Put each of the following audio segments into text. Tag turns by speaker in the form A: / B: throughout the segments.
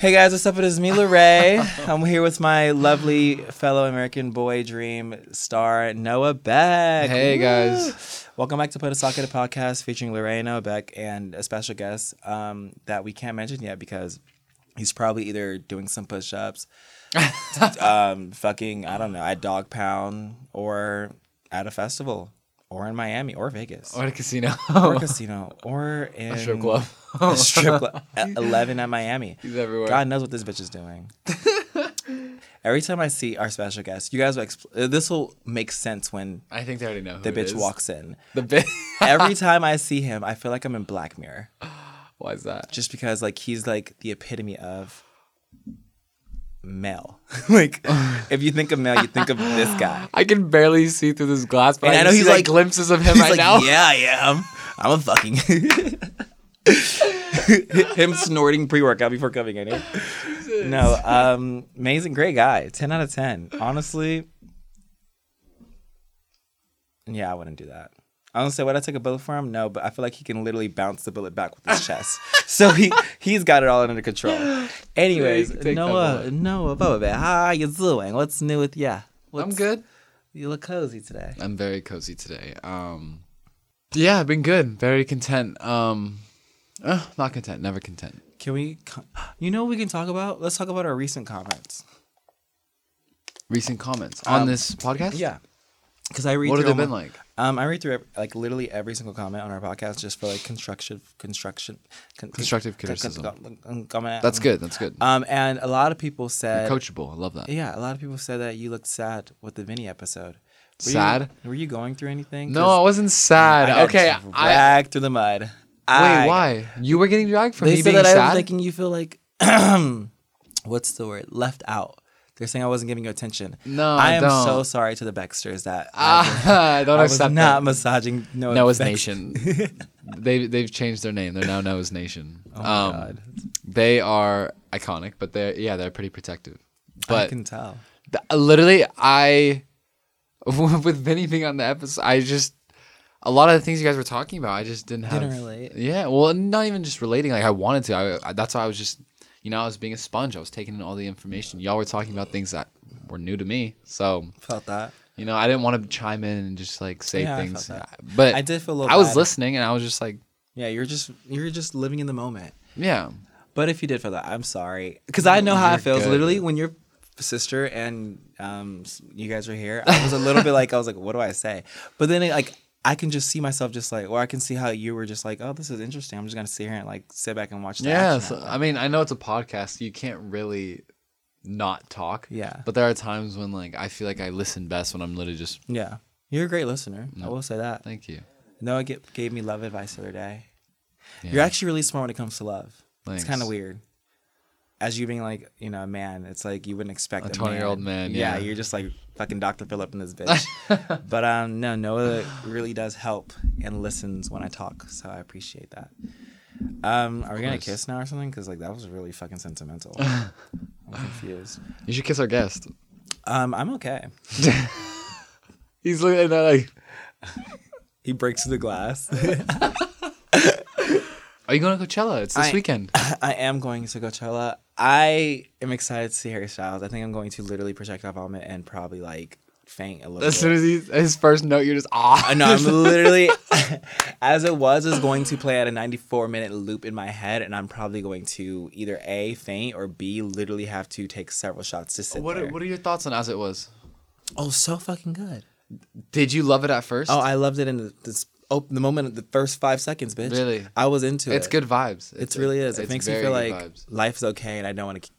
A: Hey guys, what's up? It is Mila Ray. I'm here with my lovely fellow American boy dream star, Noah Beck.
B: Hey,
A: Woo!
B: guys.
A: Welcome back to Put a Socket, a podcast featuring Lorena Beck and a special guest um, that we can't mention yet because he's probably either doing some push ups, um, fucking, I don't know, at Dog Pound or at a festival or in Miami or Vegas
B: Or at a casino.
A: or a casino or in a
B: strip club.
A: a strip club. at Eleven at Miami. He's
B: Oh. everywhere.
A: God knows what this bitch is doing. Every time I see our special guest, you guys will. Expl- uh, this will make sense when
B: I think they already know who
A: the
B: it
A: bitch
B: is.
A: walks in.
B: The bitch.
A: Every time I see him, I feel like I'm in Black Mirror,
B: Why is that?
A: just because like he's like the epitome of male. like if you think of male, you think of this guy.
B: I can barely see through this glass, but
A: And
B: I, know he's like glimpses of him
A: He's
B: right
A: like,
B: now.
A: Yeah, I am. I'm a fucking. Him snorting pre workout before coming in here. No, um, amazing, great guy. 10 out of 10. Honestly, yeah, I wouldn't do that. Honestly, would I take a bullet for him? No, but I feel like he can literally bounce the bullet back with his chest. So he he's got it all under control. Anyways,
B: Take that
A: Noah,
B: bullet.
A: Noah, Boba, how you doing? What's new with ya?
B: I'm
A: What's-
B: good.
A: You look cozy today.
B: I'm very cozy today. Um, yeah, I've been good. Very content. Um, uh, not content. Never content.
A: Can we? co- You know what we can talk about? Let's talk about our recent comments.
B: Recent comments
A: Um,
B: on this podcast.
A: because I read.
B: What have
A: through
B: they been
A: all my-
B: like?
A: Um, I read through ev- like literally every single comment on our podcast just for like constructive construction con-
B: Constructive
A: con- con-
B: criticism.
A: con- comment.
B: That's good. That's good.
A: Um, and a lot of people said,
B: Coachable. I love that.
A: yeah, a lot of people said that you looked sad with the Vinny episode. Were you-
B: Sad?
A: were you going through anything?
B: No,
A: 'Cause
B: I wasn't sad.
A: got
B: okay. I,
A: dragged through the mud. Wait,
B: wait, why? You were getting dragged from
A: They
B: me
A: said
B: being
A: that I
B: sad.
A: was making you feel like what's the word left out. They're saying I wasn't giving you attention.
B: No,
A: I am so
B: don't.
A: sorry to the Baxters that
B: Ah, don't
A: I was
B: accept
A: not
B: that.
A: massaging Noah
B: Noah's
A: Bex-
B: Nation. they they've changed their name. They're now Noah's Nation. Oh
A: my God.
B: They are iconic, but they're yeah, they're pretty protective.
A: I
B: But
A: can tell.
B: th- literally, I with Vinny being on the episode, I just a lot of the things you guys were talking about, I just didn't have.
A: Didn't relate.
B: Yeah, well, not even just relating. Like I wanted to. I, I- that's why I was just, you know, I was being a sponge. I was taking in all the information. Y'all were talking about things that were new to me. So
A: Felt that.
B: you know, I didn't want to chime in and just like say
A: Yeah, I felt
B: things,
A: that.
B: but
A: I did feel a little
B: I was
A: bad.
B: listening and I was just like,
A: Yeah, you're just you're just living in the moment.
B: yeah,
A: But if you did feel that, I'm sorry because I know how
B: You're
A: it feels.
B: good.
A: Literally, when your sister and um, s- you guys were here, I was a little bit like I was like, what do I say? But then it, like. I can just see myself just like, or I can see how you were just like, oh, this is interesting. I'm just gonna sit here and like sit back and watch. The
B: yeah.
A: action
B: So,
A: happen."
B: I mean, I know it's a podcast. You can't really not talk.
A: Yeah.
B: But there are times when like I feel like I listen best when I'm literally just.
A: yeah, you're a great listener. I will say that.
B: Thank you.
A: Noah g- gave me love advice the other day. You're actually really smart when it comes to love.
B: Thanks.
A: It's kind of weird. As you being like, you know, a man, it's like you wouldn't expect a
B: 20-year-old man, yeah.
A: you're just like fucking Dr. Philip in this bitch. but um, no, Noah really does help and listens when I talk, so I appreciate that. Um, are we gonna
B: course.
A: kiss now or something? Because like that was really fucking sentimental. I'm confused.
B: You should kiss our guest.
A: Um, I'm okay.
B: He's looking at that like.
A: He breaks through the glass.
B: Are you going to Coachella? It's this
A: I-
B: weekend.
A: I am going to Coachella. I am excited to see Harry Styles. I think I'm going to literally Projectile Vomit and probably like faint a little
B: As
A: bit.
B: soon as he's, his first note, you're just ah.
A: Uh, no, I'm literally, as it was, is going to play at a 94 minute loop in my head, and I'm probably going to either A, faint, or B, literally have to take several shots to sit there.
B: What What are your thoughts on As It Was?
A: oh, so fucking good.
B: Did you love it at first?
A: Oh, I loved it in the, this, oh, the moment, the first five seconds, bitch.
B: Really?
A: I was into it.
B: it's good vibes.
A: It really is. It
B: it's
A: makes me
B: very
A: feel
B: good
A: like
B: vibes.
A: life's okay, and I don't want to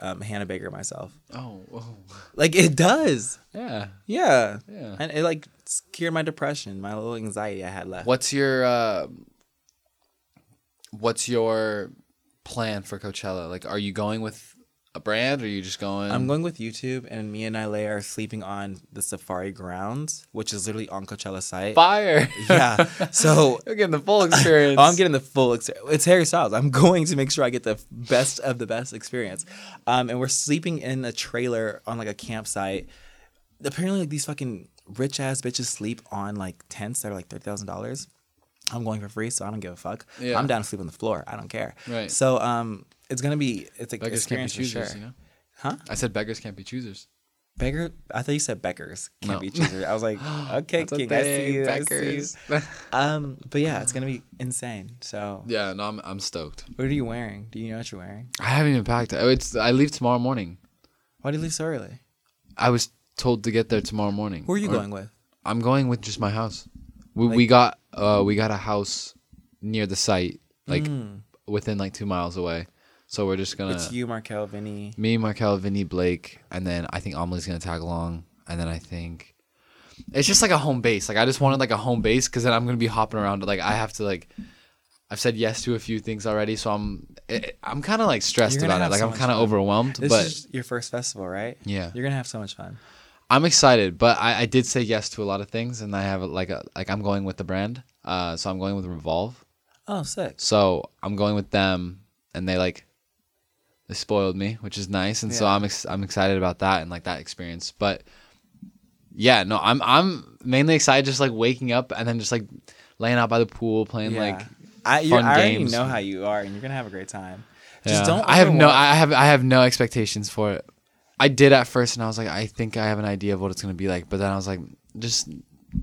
A: um, Hannah Baker myself.
B: Oh, oh,
A: Like it does.
B: yeah.
A: Yeah.
B: Yeah.
A: And it like cured my depression, my little anxiety I had left.
B: What's your uh, What's your plan for Coachella? Like, are you going with a brand, or are you just going?
A: I'm going with YouTube, and me and Nylea are sleeping on the Safari grounds, which is literally on Coachella site.
B: fire.
A: Yeah. So
B: You're getting the full experience.
A: Oh, I'm getting the full experience. It's Harry Styles. I'm going to make sure I get the best of the best experience. Um, and we're sleeping in a trailer on like a campsite. Apparently, like these fucking rich ass bitches sleep on like tents that are like thirty thousand dollars. I'm going for free, so I don't give a fuck.
B: Yeah.
A: I'm down to sleep on the floor. I don't care.
B: Right.
A: So um, it's gonna be it's like
B: beggars can't
A: experience
B: be
A: for sure.
B: choosers. You know? Huh? I said beggars can't be choosers.
A: Beggar. I thought you said Beckers can't
B: No.
A: be choosers. I was like, okay,
B: a
A: King, I see
B: thing,
A: you. I see you.
B: beggars.
A: Um, but yeah, it's gonna be insane. So.
B: yeah, no, I'm I'm stoked.
A: What are you wearing? Do you know what you're wearing?
B: I haven't even packed. Oh, It's I leave tomorrow morning.
A: Why do you leave so early?
B: I was told to get there tomorrow morning.
A: Who are you
B: Or-
A: going with?
B: I'm going with just my house. We we got uh we got a house near the site, like within like two miles away. So we're just gonna
A: Hmm. It's you, Markel, Vinny.
B: me, Markel, Vinny, Blake, and then I think Amelie's gonna tag along, and then I think it's just like a home base. Like I just wanted like a home base because then I'm gonna be hopping around. Like I have to like I've said yes to a few things already, so I'm i I'm kind of like stressed
A: You're gonna
B: about it.
A: have
B: Like
A: so
B: I'm
A: much
B: kind of
A: fun.
B: overwhelmed,
A: This
B: but
A: is your first festival, right?
B: Yeah.
A: You're gonna have so much fun.
B: I'm excited. But I, I did say yes to a lot of things, and I have like a, like I'm going with the brand. Uh, so I'm going with Revolve.
A: Oh, sick.
B: So I'm going with them, and they like they spoiled me, which is nice, and so I'm ex- I'm excited about that and like that experience. But yeah, no, I'm I'm mainly excited just like waking up and then just like laying out by the pool playing
A: Yeah.
B: like.
A: I, you're,
B: fun
A: I already
B: games.
A: know how you are, and you're gonna have a great time. Just
B: Yeah.
A: don't.
B: I have no.
A: overwhelm-
B: I have. I have no expectations for it. I did at first, and I was like, I think I have an idea of what it's gonna be like. But then I was like, just,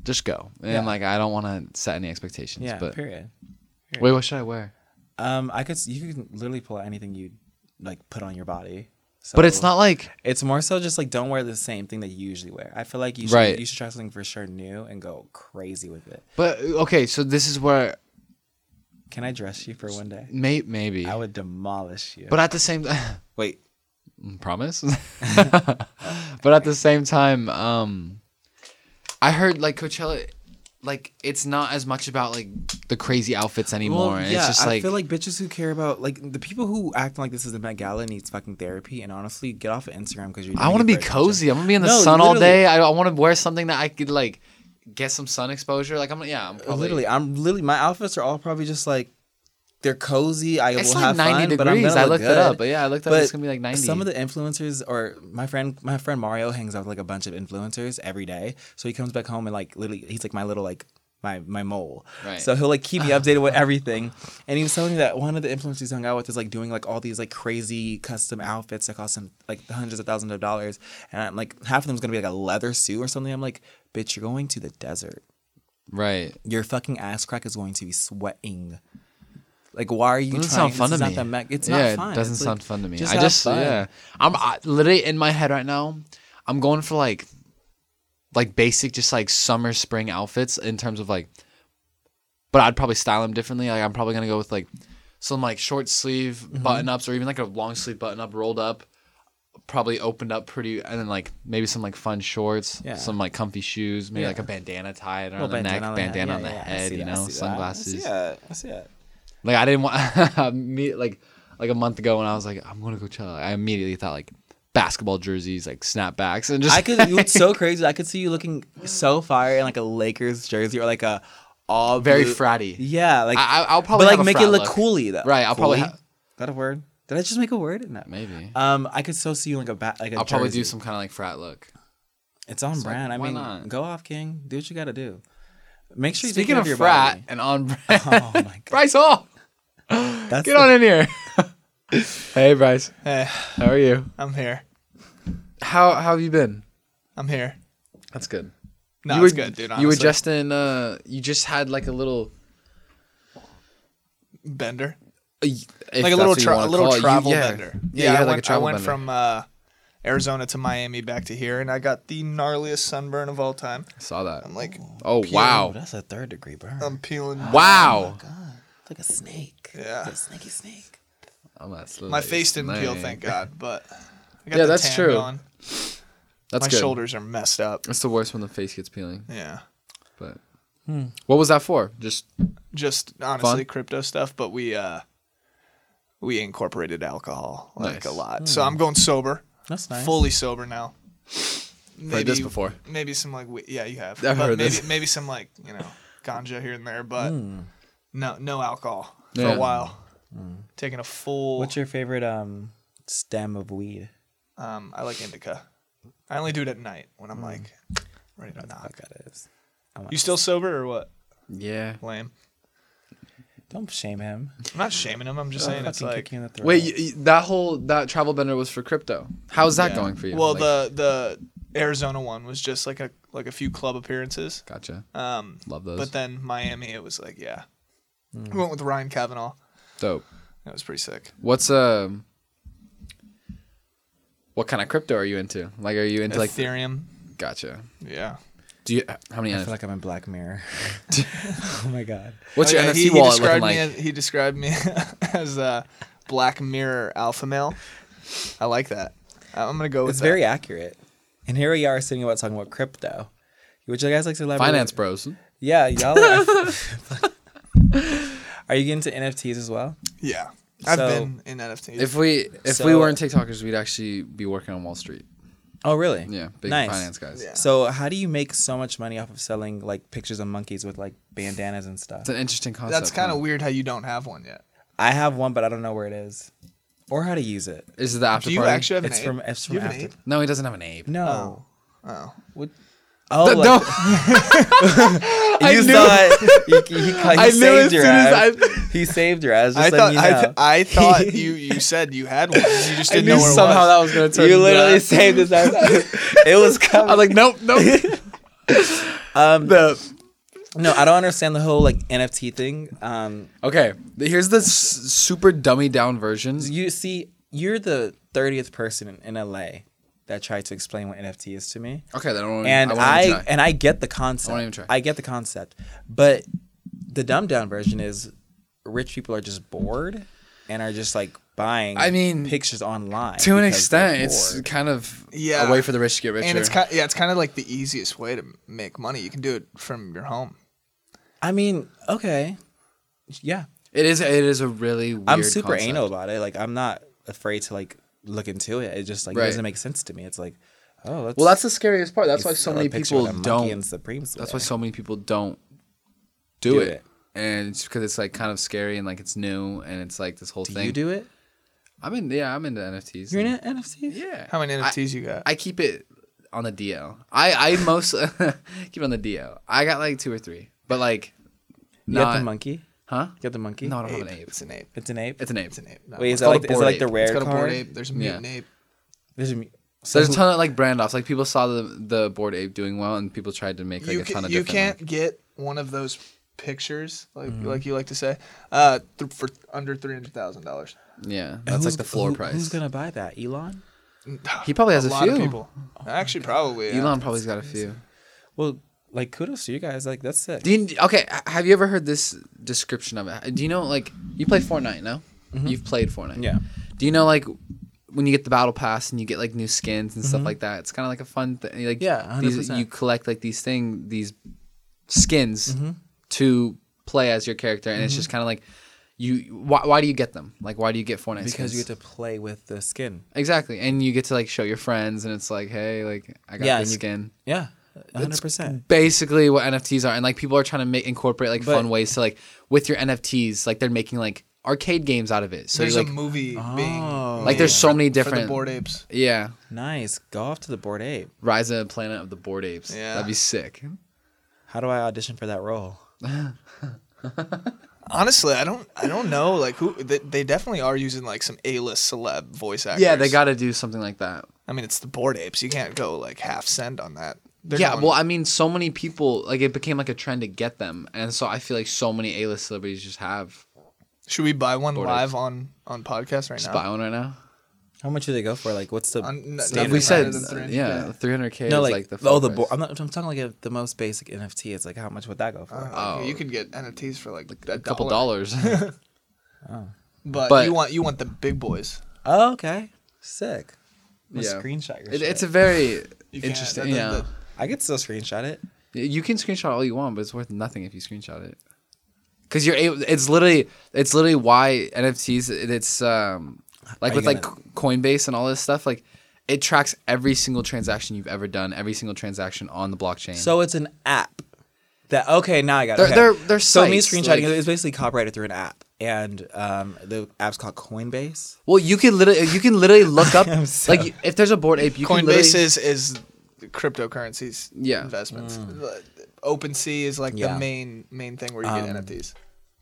B: just go. And
A: Yeah.
B: like, I don't want to set any expectations.
A: yeah.
B: but
A: Period.
B: wait, what should I wear?
A: Um, I could. s- You can literally pull out anything you like put on your body. So,
B: But it's not like
A: It's more so just like don't wear the same thing that you usually wear. I feel like you should
B: Right.
A: you should try something for sure new and go crazy with it.
B: But okay, so this is where
A: Can I dress you for one day?
B: may, maybe.
A: I would demolish you.
B: but at the same
A: wait,
B: promise. but at the same time, um, I heard like Coachella, like it's not as much about like the crazy outfits anymore. and it's just
A: I
B: like,
A: feel like bitches who care about like the people who act like this is the Met Gala needs fucking therapy. And honestly, get off of Instagram because you're.
B: I want to
A: doing it
B: be
A: for
B: cozy.
A: attention.
B: I'm gonna be in the
A: No,
B: sun all
A: literally.
B: day. I, I want to wear something that I could like get some sun exposure. Like I'm yeah, I'm probably
A: Literally, I'm literally my outfits are all probably just like they're cozy. I
B: It's
A: will
B: like
A: have
B: 90
A: fun, but I'm
B: degrees.
A: gonna
B: I
A: look
B: looked it
A: good.
B: up, but yeah, I looked up, it's gonna be like 90.
A: Some of the influencers or my friend, my friend Mario hangs out with like a bunch of influencers every day. So he comes back home and like literally, he's like my little like. My, my mole.
B: Right.
A: So he'll like keep me updated with everything. And he was telling me that one of the influencers he's hung out with is like doing like all these like crazy custom outfits that cost him like hundreds of thousands of dollars. And I'm like, half of them's gonna be like a leather suit or something. I'm like, bitch, you're going to the desert
B: right.
A: your fucking ass crack is going to be sweating. Like, why are you
B: Doesn't
A: trying?
B: sound fun
A: it's
B: to
A: not
B: me.
A: That me- it's not
B: yeah,
A: fun.
B: it doesn't
A: It's
B: sound
A: like,
B: fun to me. I
A: have
B: just
A: fun.
B: yeah. I'm I, literally in my head right now. I'm going for like, like basic, just like summer spring outfits in terms of like. But I'd probably style them differently. Like I'm probably gonna go with like some like short sleeve
A: Mm-hmm.
B: button ups or even like a long sleeve button up rolled up, probably opened up pretty, and then like maybe some like fun shorts,
A: Yeah.
B: some like comfy shoes, maybe like a bandana tied around
A: Little
B: the neck,
A: bandana on the head.
B: bandana
A: Yeah,
B: on the
A: yeah, I
B: head,
A: see
B: you
A: that, I
B: know,
A: see that.
B: sunglasses.
A: I see it. I see it.
B: Like I didn't want me like like a month ago when I was like I'm going to Coachella. I immediately thought like basketball jerseys, like snapbacks, and just
A: I could. It's so crazy. I could see you looking so fire in like a Lakers jersey or like a all
B: very
A: blue-
B: fratty.
A: Yeah, like
B: I- I'll probably
A: but
B: have
A: like
B: a
A: make it
B: frat
A: look
B: look.
A: cooly though.
B: Right, I'll probably
A: Coolie?
B: ha-
A: Is that a word? Did I just make a word in that?
B: Maybe
A: Um, I could so see you in, like a bat, like a
B: I'll probably do
A: jersey.
B: some kind of like frat look.
A: It's on brand. I
B: why
A: mean,
B: not?
A: go off, King. Do what you gotta do. Make sure you take
B: Speaking
A: care
B: of
A: your
B: frat
A: body.
B: and on brand,
A: Oh my god,
B: Bryce Hall,
A: that's
B: get on in here. hey Bryce,
C: Hey,
B: how are you?
C: I'm here.
B: How how have you been?
C: I'm here.
B: That's good.
C: No,
B: you
C: it's
B: were
C: good, dude.
B: You were
C: honestly.
B: just in. Uh, you just had like a little,
C: bender,
B: if
C: like a
B: that's
C: little,
B: what you
C: tra-
B: wanna
C: a little
B: call it. You-
C: travel
B: yeah.
C: bender.
B: Yeah, you
C: I
B: had
C: went,
B: like a travel
C: I went
B: bender.
C: from uh, Arizona to Miami back to here, and I got the gnarliest sunburn of all time.
B: Saw that.
C: I'm like,
B: Oh
A: Ooh,
B: wow,
A: that's a third degree burn.
C: I'm peeling. Oh
B: wow.
A: It's Oh, like a snake.
C: Yeah.
A: It's a snaky snake.
B: I'm not slowly-
C: My face didn't peel,
B: Nice.
C: thank God, but I got
B: Yeah,
C: the
B: that's
C: tan
B: true.
C: going.
B: That's
C: My
B: good.
C: shoulders are messed up.
B: It's the worst when the face gets peeling.
C: Yeah.
B: But
A: Hmm.
B: what was that for? Just
C: just honestly crypto stuff, but we uh we incorporated alcohol like
B: Nice. Hmm.
C: a lot. So I'm going sober.
A: That's nice.
C: Fully sober now. Maybe
B: this before.
C: Maybe some like whe- yeah, you have.
B: I've
C: but
B: heard
C: maybe
B: this. Hmm.
C: maybe some like, you know, ganja here and there, but no no alcohol for
B: Yeah. Hmm.
C: a while. Taking a full
A: What's your favorite um stem of weed?
C: um I like indica. I only do it at night when
B: Hmm.
C: I'm like ready to knock.
A: That is.
C: You still sober or what?
B: yeah.
C: Lame.
A: Don't shame him.
C: I'm not shaming him. I'm
B: Uh,
C: just saying
A: Fucking
C: it's like
A: kick you in the throat.
B: Wait, you, you- that whole that travel bender was for crypto. How's that going for you?
C: Well,
B: Like,
C: the the Arizona one was just like a like a few club appearances.
B: gotcha.
C: Um,
B: Love those. Hmm.
C: but then Miami, it was like yeah, we went with Ryan Kavanaugh.
B: Dope.
C: That was pretty sick.
B: What's um, what kind of crypto are you into? Like, are you into like?
C: Ethereum,
B: Gotcha.
C: yeah.
B: Do you how many?
A: I
B: NF-
A: feel like I'm in Black Mirror. oh my god.
B: what's your
C: Oh, yeah,
B: NFT wallet looking
C: described
B: like?
C: me as, he described me as a Black Mirror alpha male. I like that. I'm gonna go with
A: It's
C: that.
A: very accurate. And here we are sitting about talking about crypto. Would you guys like to elaborate?
B: Finance bros.
A: Yeah, y'all. Are, are you getting to NFTs as well?
C: yeah. I've
A: So-
C: been in NFTs.
B: If we if we
A: So-
B: weren't TikTokers, we'd actually be working on Wall Street.
A: Oh, really?
B: Yeah, big finance guys.
C: Yeah.
A: So, how do you make so much money off of selling like pictures of monkeys with like bandanas and stuff?
B: It's an interesting concept.
C: That's kind
B: huh?
C: of weird how you don't have one yet.
A: I have one, but I don't know where it is or how to use it.
B: Is it the after
C: Do you
B: party?
C: actually have an
A: It's
C: ape?
A: from it's
C: Do
A: from
C: you have an
A: after.
C: ape?
B: No, he doesn't have an ape.
A: No.
C: Oh.
A: What? Oh,
B: Th-
A: like-
B: no.
A: you
B: knew
A: saw it. He, he, he,
B: I knew
A: saved
B: as
A: your
B: soon as
A: ass. He saved your ass. Just
C: I
A: letting
C: thought
A: you
C: I,
A: know.
C: th- I thought you you said you had one. You just didn't know where it
B: somehow that was
C: was.
B: gonna turn.
A: you
B: into
A: literally
B: that.
A: saved his ass. it was coming.
B: I'm like, nope, nope. um, the
A: no, I don't understand the whole like NFT thing. Um,
B: okay. Here's the s- super dummy down version.
A: you see, you're the thirtieth person in, in LA that tried to explain what NFT is to me,
B: Okay, then I don't.
A: and
B: won't even
A: I,
B: try.
A: and I get the concept.
B: won't even try.
A: I get the concept, but the dumbed down version is rich people are just bored and are just like buying.
B: I mean,
A: pictures online
B: to an
A: because they're
B: extent, it's
A: bored.
B: kind of
C: Yeah.
B: a way for the rich to get richer.
C: And it's kind yeah, it's kind of like the easiest way to m- make money. You can do it from your home.
A: I mean, okay, yeah.
B: it is. It is a really. Weird
A: I'm super
B: concept.
A: anal about it. Like I'm not afraid to like look into it. It just like
B: Right.
A: it doesn't make sense to me. It's like, oh, let's,
B: Well, that's the scariest part. That's why
A: let's
B: so
A: sell a
B: many
A: picture with
B: people
A: a monkey
B: don't.
A: And Supremes
B: That's why
A: wear.
B: so many people don't do,
A: Do
B: it.
A: it.
B: And it's because it's like kind of scary and like it's new and it's like this whole
A: Do
B: thing.
A: you do it.
B: I'm in. Yeah, I'm into NFTs.
A: You're
B: and-
A: in an NFT.
B: Yeah.
C: How many NFTs you got?
B: I keep it on the DL. I I most keep it on the DL. I got like two or three, but like
A: You
B: not.
A: got the monkey. You
B: Huh?
A: got the monkey.
B: No, I don't have an ape.
C: It's an ape.
A: It's an ape.
B: It's an ape.
C: It's an ape. not
A: Wait,
C: one.
A: is
B: It's
A: that
B: called
A: like
B: a
A: the, is it
B: Bored
A: like the
B: Ape.
A: rare
C: it's got a board
A: card?
C: ape. There's a mutant ape.
A: There's a mu- so
B: There's a
A: who-
B: ton of like brand offs. Like people saw the the board ape doing well, and people tried to make like Mm-hmm.
C: you
B: a ton
C: can,
B: of
C: you
B: different.
C: can't get one of those pictures like like you like to say uh th- for under three hundred thousand dollars.
B: like- yeah, that's like
A: who's-
B: the floor
A: who-
B: price.
A: Who's gonna buy that? Elon.
B: He probably has a,
C: a lot
B: few.
C: of people. Actually, probably. yeah.
B: Elon probably's got a few.
A: Well, like kudos to you guys. Like that's sick.
B: Do you, okay, h- have you ever heard this description of it? Do you know like you play Fortnite? No, you've played Fortnite.
A: Mm-hmm. Yeah.
B: Do you know like when you get the battle pass and you get like new skins and stuff like that? It's kind of like a fun thing. Like
A: Mm-hmm. Yeah,
B: these,
A: 100%.
B: you collect like these thing these skins
A: Mm-hmm.
B: to play as your character, and it's just kind of like you. Why, why do you get them? Like why do you get Fortnite?
A: because you
B: skins?
A: get to play with the skin.
B: exactly, and you get to like show your friends, and it's like, hey, like I got
A: Yeah,
B: this
A: and you-
B: skin.
A: Yeah, hundred percent.
B: basically what NFTs are, and like people are trying to make incorporate like
A: But-
B: fun ways to like with your NFTs, like they're making like arcade games out of it. So you,
C: There's
B: like, oh.
C: a movie being
B: like there's so many
C: for the
B: different
C: board apes.
B: yeah,
A: Nice. Go off to the board ape.
B: Rise of the Planet of the Board Apes.
C: Yeah.
B: that'd be sick.
A: How do I audition for that role?
C: Honestly, I don't I don't know like who they, they definitely are using like some A list celeb voice actors.
B: Yeah, they got to do something like that.
C: I mean, it's the board apes. You can't go like half send on that. They're
B: yeah,
C: going-
B: well, I mean, so many people like it became like a trend to get them, and so I feel like so many A list celebrities just have
C: should we buy one
B: Borders.
C: live on on podcast right
B: just
C: now?
B: buy one right now.
A: How much do they go for? Like, what's the
C: On- n-
A: standard?
C: If
B: we
C: we
B: said
C: said, uh,
B: yeah, three hundred k.
A: no,
B: is
A: like,
B: like the
A: oh, the
B: full
A: bo-
B: price.
A: I'm not. I'm talking like a, the most basic NFT. It's like how much would that go for?
C: Uh, You could get NFTs for like, a
B: Oh. a couple
C: dollar.
B: dollars.
C: but,
B: But-
C: you want you want the big boys.
A: oh, okay, sick. I'm
B: Yeah.
A: yeah. screenshot your
B: It-
A: shit.
B: it's a very
C: can't-
B: interesting.
C: that- that-
B: yeah,
C: that-
A: I could still screenshot it.
B: you can screenshot all you want, but it's worth nothing if you screenshot it. Because you're able, it's literally it's literally why NFTs. it- It's um like
A: Are
B: with
A: you
B: like Coinbase and all this stuff. Like it tracks every single transaction you've ever done, every single transaction on the blockchain.
A: So it's an app. That okay? Now I got it.
B: They're-
A: okay.
B: they're- they're
A: so me
B: sites,
A: screenshotting
B: like-
A: it is basically copyrighted through an app, and um, the app's called Coinbase.
B: Well, you can literally you can literally look up
A: I'm so-
B: like if there's a board ape, you can
C: Coinbase
B: literally
C: is is cryptocurrencies
B: Yeah.
C: investments. The- Mm. OpenSea is like
A: Yeah.
C: the main main thing where you get NFTs.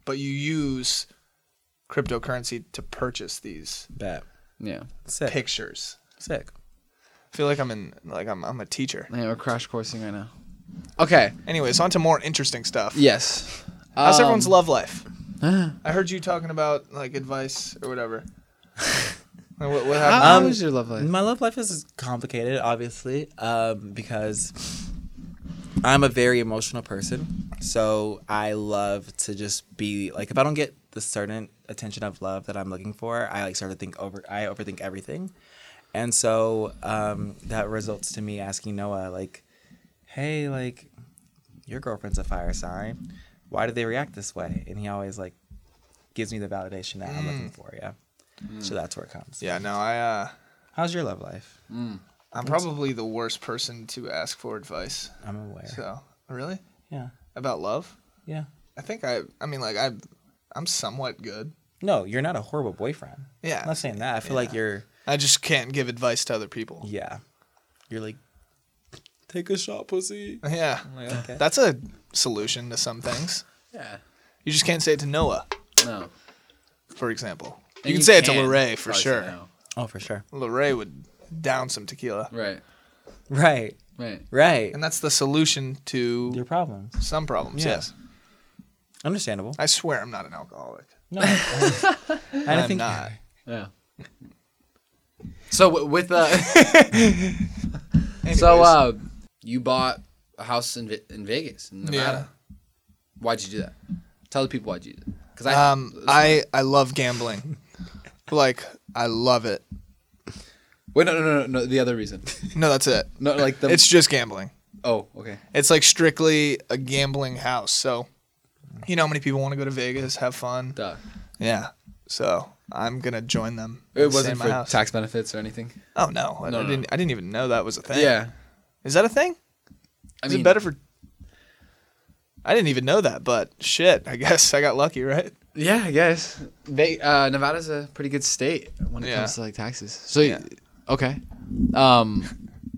C: But you use cryptocurrency to purchase these
A: Bet
B: yeah.
A: sick,
C: pictures.
A: sick.
C: I feel like I'm in like I'm I'm a teacher.
B: Yeah, we're crash coursing right now. Okay.
C: Anyways, on to more interesting stuff.
B: Yes.
C: How's
B: Um,
C: everyone's love life? I heard you talking about like advice or whatever. Like, what, what
B: How,
C: happened?
A: Um,
B: how is your love life?
A: My love life is complicated, obviously, um, because I'm a very emotional person. So I love to just be like, if I don't get the certain attention of love that I'm looking for, I like start to think over. I overthink everything, and so um, that results to me asking Noah like, "Hey, like, your girlfriend's a fire sign. Why do they react this way?" And he always like gives me the validation that I'm looking for. Yeah. So that's where it comes.
C: yeah, no, I uh
A: How's your love life?
C: I'm probably the worst person to ask for advice.
A: I'm aware.
C: So, really?
A: Yeah.
C: About love?
A: Yeah.
C: I think I. I mean, like I, I'm somewhat good.
A: No, you're not a horrible boyfriend.
C: Yeah.
A: I'm not saying that. I feel like you're
C: I just can't give advice to other people.
A: yeah. You're like take a shot, pussy.
C: Yeah,
A: okay.
C: that's a solution to some things.
B: Yeah.
C: You just can't say it to Noah,
B: No.
C: for example. You can say it to Lorray for
B: probably say
C: sure.
B: no.
A: Oh, for sure.
C: Lorray would down some tequila,
B: Right.
A: Right.
B: Right.
A: Right.
C: and that's the solution to
A: Your problems.
C: some problems.
A: Yeah.
C: Yes,
A: Understandable.
C: I swear I'm not an alcoholic.
A: No. I, I
C: I'm
A: think
C: not.
B: Yeah. So w- with uh
C: Anyways,
B: so uh you bought a house in Ve- in Vegas, in
C: yeah.
B: Nevada. Why'd you do that? Tell the people why'd you do that. Cuz I
C: Um, I I love gambling. like I love it.
B: Wait, no, no, no, no, no, the other reason.
C: No, that's it.
B: No, like the
C: It's just gambling.
B: Oh, okay.
C: It's like strictly a gambling house. So, you know how many people want to go to Vegas, have fun?
B: Duh.
C: Yeah. So I'm gonna join them.
B: It
C: and stay in
B: wasn't
C: my
B: for
C: house.
B: tax benefits or anything.
C: Oh no, I, I
B: no.
C: didn't. I didn't even know that was a thing.
B: Yeah.
C: Is that a thing?
B: I
C: Is
B: mean,
C: it better for? I didn't even know that, but shit, I guess I got lucky, right?
B: Yeah, I guess. They, uh, Nevada's a pretty good state when it
C: Yeah.
B: comes to like taxes. So, okay. Um,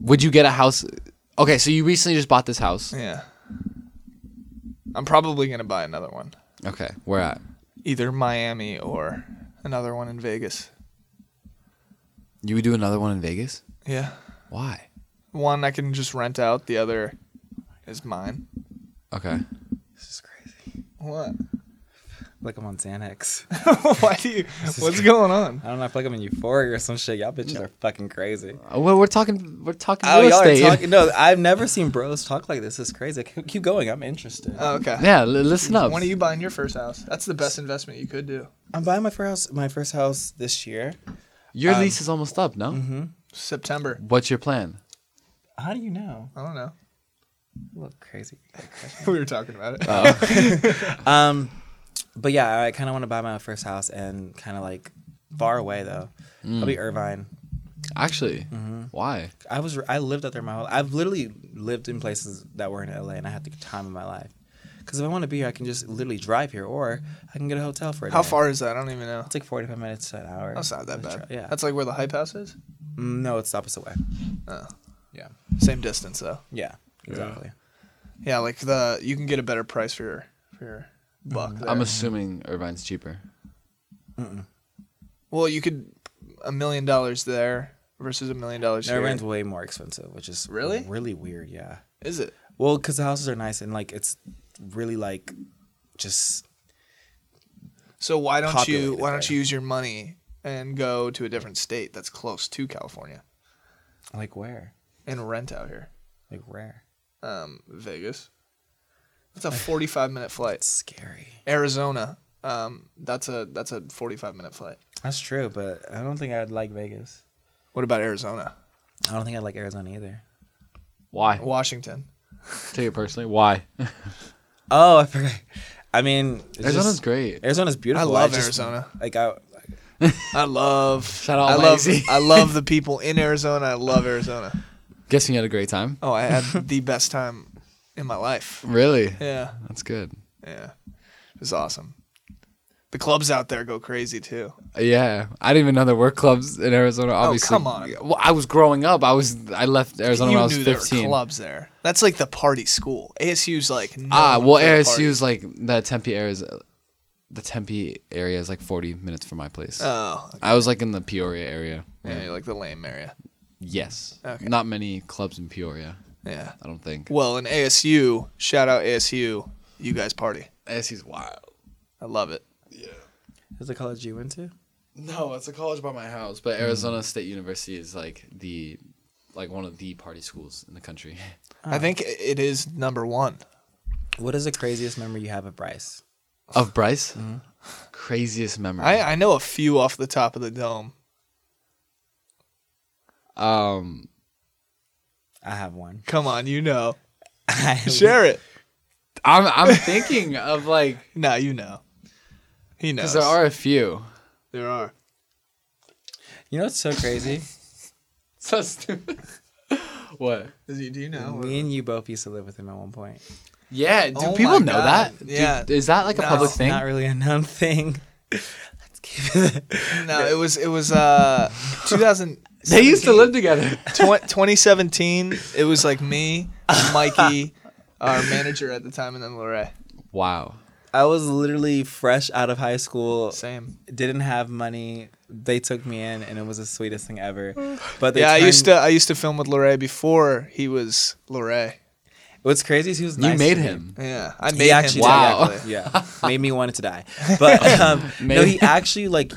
B: would you get a house? Okay, so you recently just bought this house.
C: Yeah. I'm probably gonna buy another one,
B: Okay, where at?
C: either Miami or another one in Vegas.
B: You would do another one in Vegas?
C: Yeah.
B: Why?
C: One I can just rent out. The other is mine.
B: Okay.
A: this is crazy.
C: What?
A: Like I'm on Xanax.
C: Why do you? What's going on?
A: I don't know, I feel like I'm in euphoria or some shit. Y'all bitches are fucking crazy.
B: Uh, Well, we're talking. We're talking
A: Oh,
B: real
A: y'all are
B: estate.
A: talking no, I've never seen bros talk like this. It's crazy. Keep keep going. I'm interested.
C: Oh, okay.
B: yeah, l- listen up.
C: When are you buying your first house? That's the best investment you could do.
A: I'm buying my first house my first house this year.
B: Your
C: um,
B: lease is almost up. No.
C: mm-hmm. September.
B: What's your plan?
A: How do you know?
C: I don't know.
A: You look crazy.
C: we were talking about it.
A: Um, but yeah, I kind of want to buy my first house and kind of like far away though. I'll be Irvine.
B: Actually,
C: Mm-hmm.
B: why?
A: I was I lived out there my whole. I've literally lived in places that were in LA, and I had the time of my life. Because if I want to be here, I can just literally drive here, or I can get a hotel for it.
C: How far is that? I don't even know.
A: It's like forty-five minutes to an hour.
C: That's not that bad.
A: Yeah.
C: That's like where the hype house is.
A: no, it's the opposite way.
C: Oh.
A: Yeah.
C: Same distance though.
A: Yeah. Exactly.
C: Yeah, like the you can get a better price for your for your buck. There.
B: I'm assuming Irvine's cheaper.
C: well, you could a million dollars there versus a million dollars
A: No,
C: here.
A: Irvine's way more expensive, which is
C: Really?
A: really weird. Yeah.
C: Is it?
A: Well, because the houses are nice and like it's really like just
C: So why don't you
A: Populated
C: why don't
A: there.
C: you use your money and go to a different state that's close to California
A: like where
C: and rent out here?
A: like where
C: Um, Vegas. That's a 45 minute flight.
A: it's scary.
C: Arizona. Um, that's a that's a 45 minute flight.
A: That's true, but I don't think I'd like Vegas.
C: What about Arizona?
A: I don't think I'd like Arizona either.
B: Why?
C: Washington.
B: Take it personally. Why?
A: Oh, I forgot. I mean, it's
B: Arizona's
A: just-
B: great.
A: Arizona's beautiful.
C: love
A: just-
C: Arizona.
A: Like I,
C: I love
B: Shout out
C: I love
B: Lazy.
C: I love the people in Arizona. I love Arizona.
B: Guessing you had a great time.
C: Oh, I had the best time in my life.
B: Really?
C: Yeah.
B: That's good.
C: Yeah. It was awesome. The clubs out there go crazy too.
B: Uh, Yeah, I didn't even know there were clubs in Arizona. Obviously,
C: Oh, come on.
B: Well, I was growing up. I was I left Arizona
C: you
B: when I was
C: knew there were
B: fifteen.
C: clubs there. That's like the party school. ASU's like known
B: Ah, well,
C: for the party.
B: ASU's like the Tempe area. Is, the Tempe area is like forty minutes from my place.
C: Oh,
B: I was like in the Peoria area.
C: yeah, you're like the lame area.
B: Yes.
C: Okay.
B: Not many clubs in Peoria.
C: Yeah.
B: I don't think.
C: Well, in ASU, shout out ASU. You guys party.
B: ASU's wild.
C: I love it.
A: is the college you went to?
B: No, it's a college by my house, but Arizona State University is like the like one of the party schools in the country.
C: I think i- it is number one.
A: What is the craziest memory you have of Bryce?
B: Of Bryce? Craziest memory.
C: I, I know a few off the top of the dome.
B: um
A: I have one.
C: Come on, you know.
A: I
C: Share it.
B: I'm I'm thinking of like
C: No, you know. He knows.
B: cuz there are a few.
C: There are.
A: You know what's so crazy?
B: So stupid. what?
C: Does he, do you know?
A: Me and you both used to live with him at one point.
B: Yeah, do
C: Oh
B: people
C: my
B: know
C: God.
B: that? Do-
C: Yeah.
B: is that like a
C: No,
B: public
A: It's
B: thing?
A: Not really a known thing. Let's keep it.
C: No, it was it was uh 2000
B: They used to live together.
C: Twen- 2017, it was like me, Mikey, our manager at the time, and then Lorray.
B: Wow.
A: I was literally fresh out of high school.
C: Same.
A: Didn't have money. They took me in, and it was the sweetest thing ever. But they
C: yeah, I used to
A: turned-
C: I used to film with Lorray before he was Lorray.
A: What's crazy is he was.
B: You
A: nice
B: made
A: to me.
B: him.
C: Yeah, I made
A: He actually
C: him.
B: Wow.
C: exactly.
A: yeah made me want to die but um, no
B: Made-
A: he actually like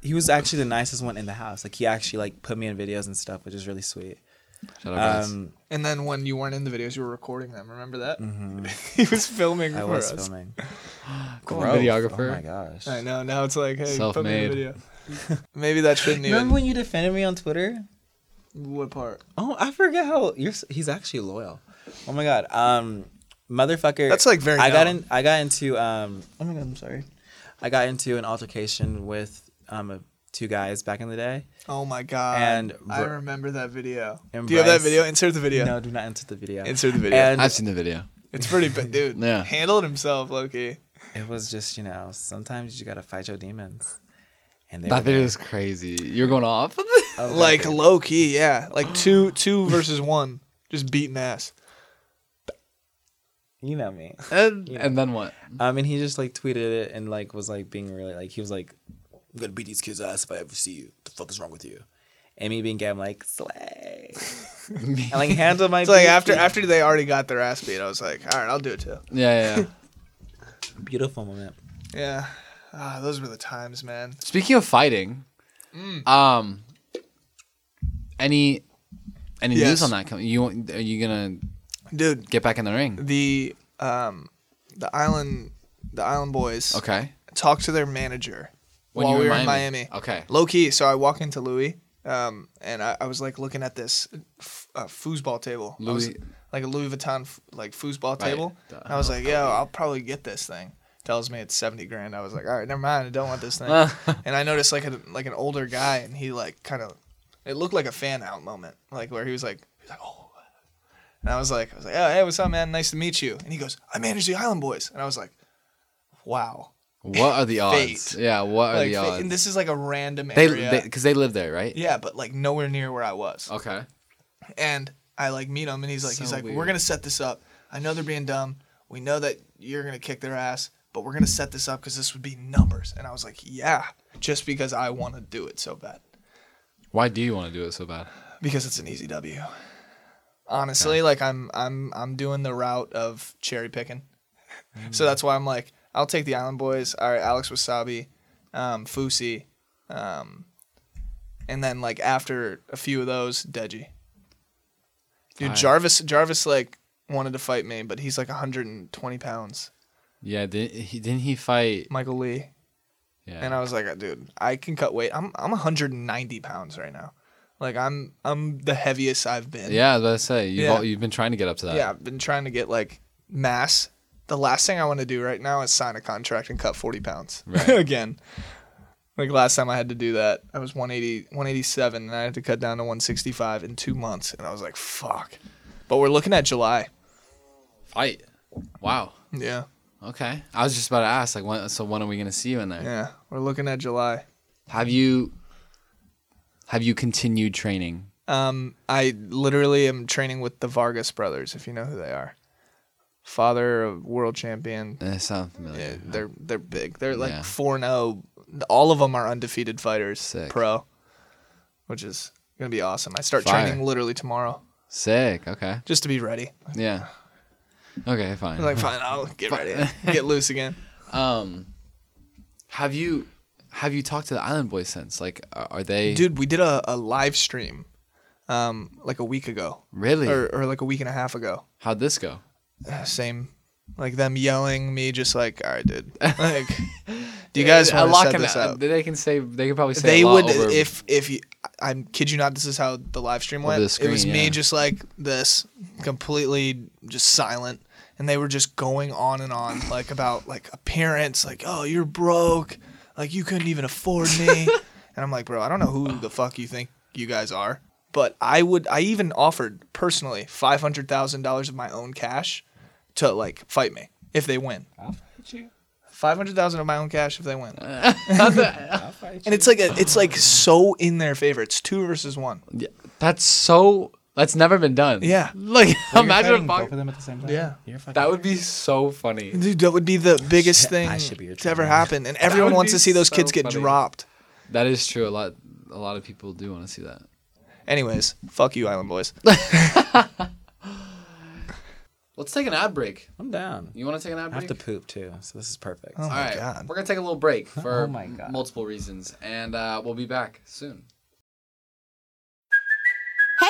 A: he was actually the nicest one in the house like he actually like put me in videos and stuff which is really sweet
B: Shout out Bryce.
A: um
C: And then when you weren't in the videos, you were recording them. Remember that? he was filming
A: Mm-hmm. i
C: for
A: was
C: us.
A: filming
B: Come on,
A: Growth.
B: videographer.
A: oh my gosh
C: I know. Now it's like, hey, put me in
B: Self-made.
C: the video. Maybe that shouldn't even.
A: remember when you defended me on twitter
C: what part?
A: oh i forget how you're s- he's actually loyal oh my god um motherfucker
C: That's, like, very
A: i got
C: known.
A: in i got into um oh my god i'm sorry i got into an altercation with um a, two guys back in the day
C: Oh my god!
A: And
C: I
A: Br-
C: remember that video.
A: and
C: Do you have that
A: Bryce-
C: video? Insert the video.
A: no do not enter the video
C: Insert the video.
A: And-
B: I've seen the video.
C: It's pretty, but dude,
B: Yeah.
C: handled himself, Loki.
A: It was just, you know, sometimes you gotta fight your demons. And they
B: That
A: were
B: video is crazy. You're going off.
A: there. Oh,
C: like low key, yeah, like two two versus one, just beating ass.
A: you know me.
B: and, and then what?
A: Um, and he just like tweeted it and like was like being really like he was like, "I'm gonna beat these kids' ass if I ever see you. the fuck is wrong with you?" And me being gay, I'm like, "Slay!" and like handle my
C: It's like
A: beef-
C: after after they already got their ass beat, I was like, all right, I'll do it too.
B: Yeah, yeah. yeah.
A: beautiful moment.
C: Yeah, ah, those were the times, man.
B: Speaking of fighting,
C: Mm.
B: um, any any
C: Yes.
B: news on that coming? You are you gonna
C: Dude,
B: get back in the ring?
C: the um, the island, the island boys,
B: Okay.
C: talked to their manager
B: When
C: while
B: you
C: we
B: were in
C: were in Miami.
B: Miami. Okay.
C: low key. So I walk into Louis, um, and I, I was like looking at this f- uh, foosball table. I was-
B: Louis-
C: like a Louis Vuitton f- like foosball
B: Right.
C: table.
B: The-
C: And I was like, yo, I'll probably get this thing. Tells me it's seventy grand. I was like, all right, never mind. I don't want this thing. and I noticed like a, like an older guy, and he like kind of, it looked like a fan out moment, like where he was like, he was like, oh. And I was like, I was like, oh, hey, what's up, man? Nice to meet you. And he goes, I manage the Island Boys. And I was like, wow.
B: What are the
C: Fate.
B: odds? Yeah. What are
C: Like,
B: the odds?
C: and this is like a random
B: they
C: area.
B: because they, live there, right?
C: Yeah, but like nowhere near where I was.
B: Okay.
C: And I like meet him, and he's like,
B: So
C: he's like, we're
B: weird.
C: gonna set this up. I know they're being dumb. We know that you're gonna kick their ass, but we're gonna set this up because this would be numbers. And I was like, yeah, just because I want to do it so bad,
B: Why do you want to do it so bad?
C: because it's an easy W. Honestly, like I'm I'm I'm doing the route of cherry picking. So that's why I'm like, I'll take the Island Boys. All right, Alex Wasabi, um, Fusi, um, and then like after a few of those, Deji. Dude,
B: Fire.
C: Jarvis Jarvis like wanted to fight me, but he's like 120 pounds.
B: Yeah, didn't he, didn't he fight?
C: Michael Lee.
B: Yeah,
C: And I was like, uh, dude, I can cut weight. I'm I'm 190 pounds right now. Like I'm I'm the heaviest I've been.
B: yeah. I was about to say you've
C: Yeah.
B: all, you've been trying to get up to that.
C: Yeah, I've been trying to get like mass. The last thing I want to do right now is sign a contract and cut 40 pounds
B: Right.
C: again. Like last time I had to do that, I was 180, 187, and I had to cut down to 165 in two months. And I was like, fuck. But we're looking at July.
B: fight. Wow.
C: Yeah.
B: Okay. I was just about to ask, like, when, so when are we gonna see you in there?
C: Yeah. We're looking at July.
B: Have you have you continued training?
C: Um, I literally am training with the Vargas brothers, if you know who they are. Father of world champion.
B: That Eh, sounds
C: Yeah,
B: familiar.
C: they're they're big. They're
B: Yeah.
C: like four and zero. All of them are undefeated fighters,
B: Sick.
C: pro, which is gonna be awesome. I start
B: Fire.
C: training literally tomorrow
B: Sick. Okay.
C: just to be ready.
B: Yeah. Okay. Fine.
C: I'm like, fine, I'll get ready, get loose again.
B: um, have you have you talked to the Island Boys since? Like, are are they
C: Dude, we did a, a live stream, um, like a week ago,
B: really?
C: or or like a week and a half ago.
B: How'd this go?
C: Same, like them yelling me, just like, all right, dude. Like, do you guys want to set
B: can,
C: this up?
B: They can say they can probably say
C: they
B: a lot
C: would
B: over-
C: if if you, I'm kid you not. This is how the live stream
B: Over
C: went.
B: the
C: it was
B: screen, yeah.
C: me just like this, completely just silent, and they were just going on and on like about like appearance, like oh you're broke, like you couldn't even afford me, and I'm like bro, I don't know who the fuck you think you guys are, but I would I even offered personally five hundred thousand dollars of my own cash to like fight me if they win.
A: I'll fight you.
C: Five hundred thousand of my own cash if they win.
A: I'll fight you.
C: And it's like a, it's like so in their favor. It's two versus one.
B: Yeah, that's so. That's never been done.
C: Yeah.
B: Like
A: You're
B: imagine
A: fighting
B: if
A: both
B: box-
A: of them at the same time.
C: Yeah.
A: You're fucking
B: that would be so funny.
C: Dude, that would be the biggest thing
A: I should be your
C: to ever
A: trainer.
C: happen. And everyone
B: would
C: wants
B: be
C: to see those
B: so
C: kids get
B: funny.
C: dropped.
B: That is true. A lot. A lot of people do want to see that.
C: Anyways, fuck you, Island Boys.
B: Let's take an ad break.
A: I'm down.
B: You want to take an ad
A: I have
B: break?
A: to poop too, so this is perfect.
C: Oh
B: All
C: my
B: right,
C: God.
B: we're gonna take a little break for
A: Oh my God.
B: multiple reasons, and uh, we'll be back soon.
D: Hey,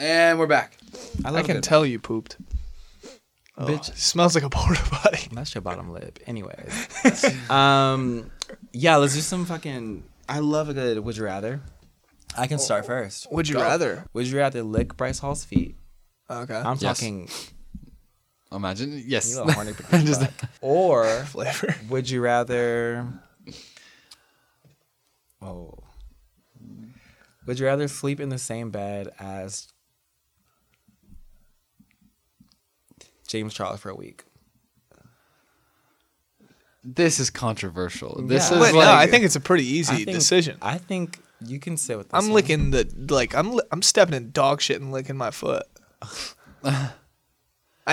B: And we're back.
A: I
C: I
A: love
C: can
A: it.
C: tell you pooped.
A: Bitch.
C: Bitch. smells like a porta potty.
A: That's your bottom lip. Anyways. um yeah, let's do some fucking I love a good would you rather. I can start first.
C: Would you rather?
A: Would you rather lick Bryce Hall's feet?
C: Okay.
A: I'm
B: Yes.
A: talking
B: Imagine yes.
A: you little horny bitch fuck. Or
C: Flavor.
A: would you rather Oh. Would you rather sleep in the same bed as James Charles for a week?
B: this is controversial. This
A: Yeah.
B: is
C: Wait,
B: like
C: no, I think it's a pretty easy
A: I think-
C: decision.
A: I think you can sit with this
C: I'm
A: one.
C: licking the like I'm li- I'm stepping in dog shit and licking my foot. I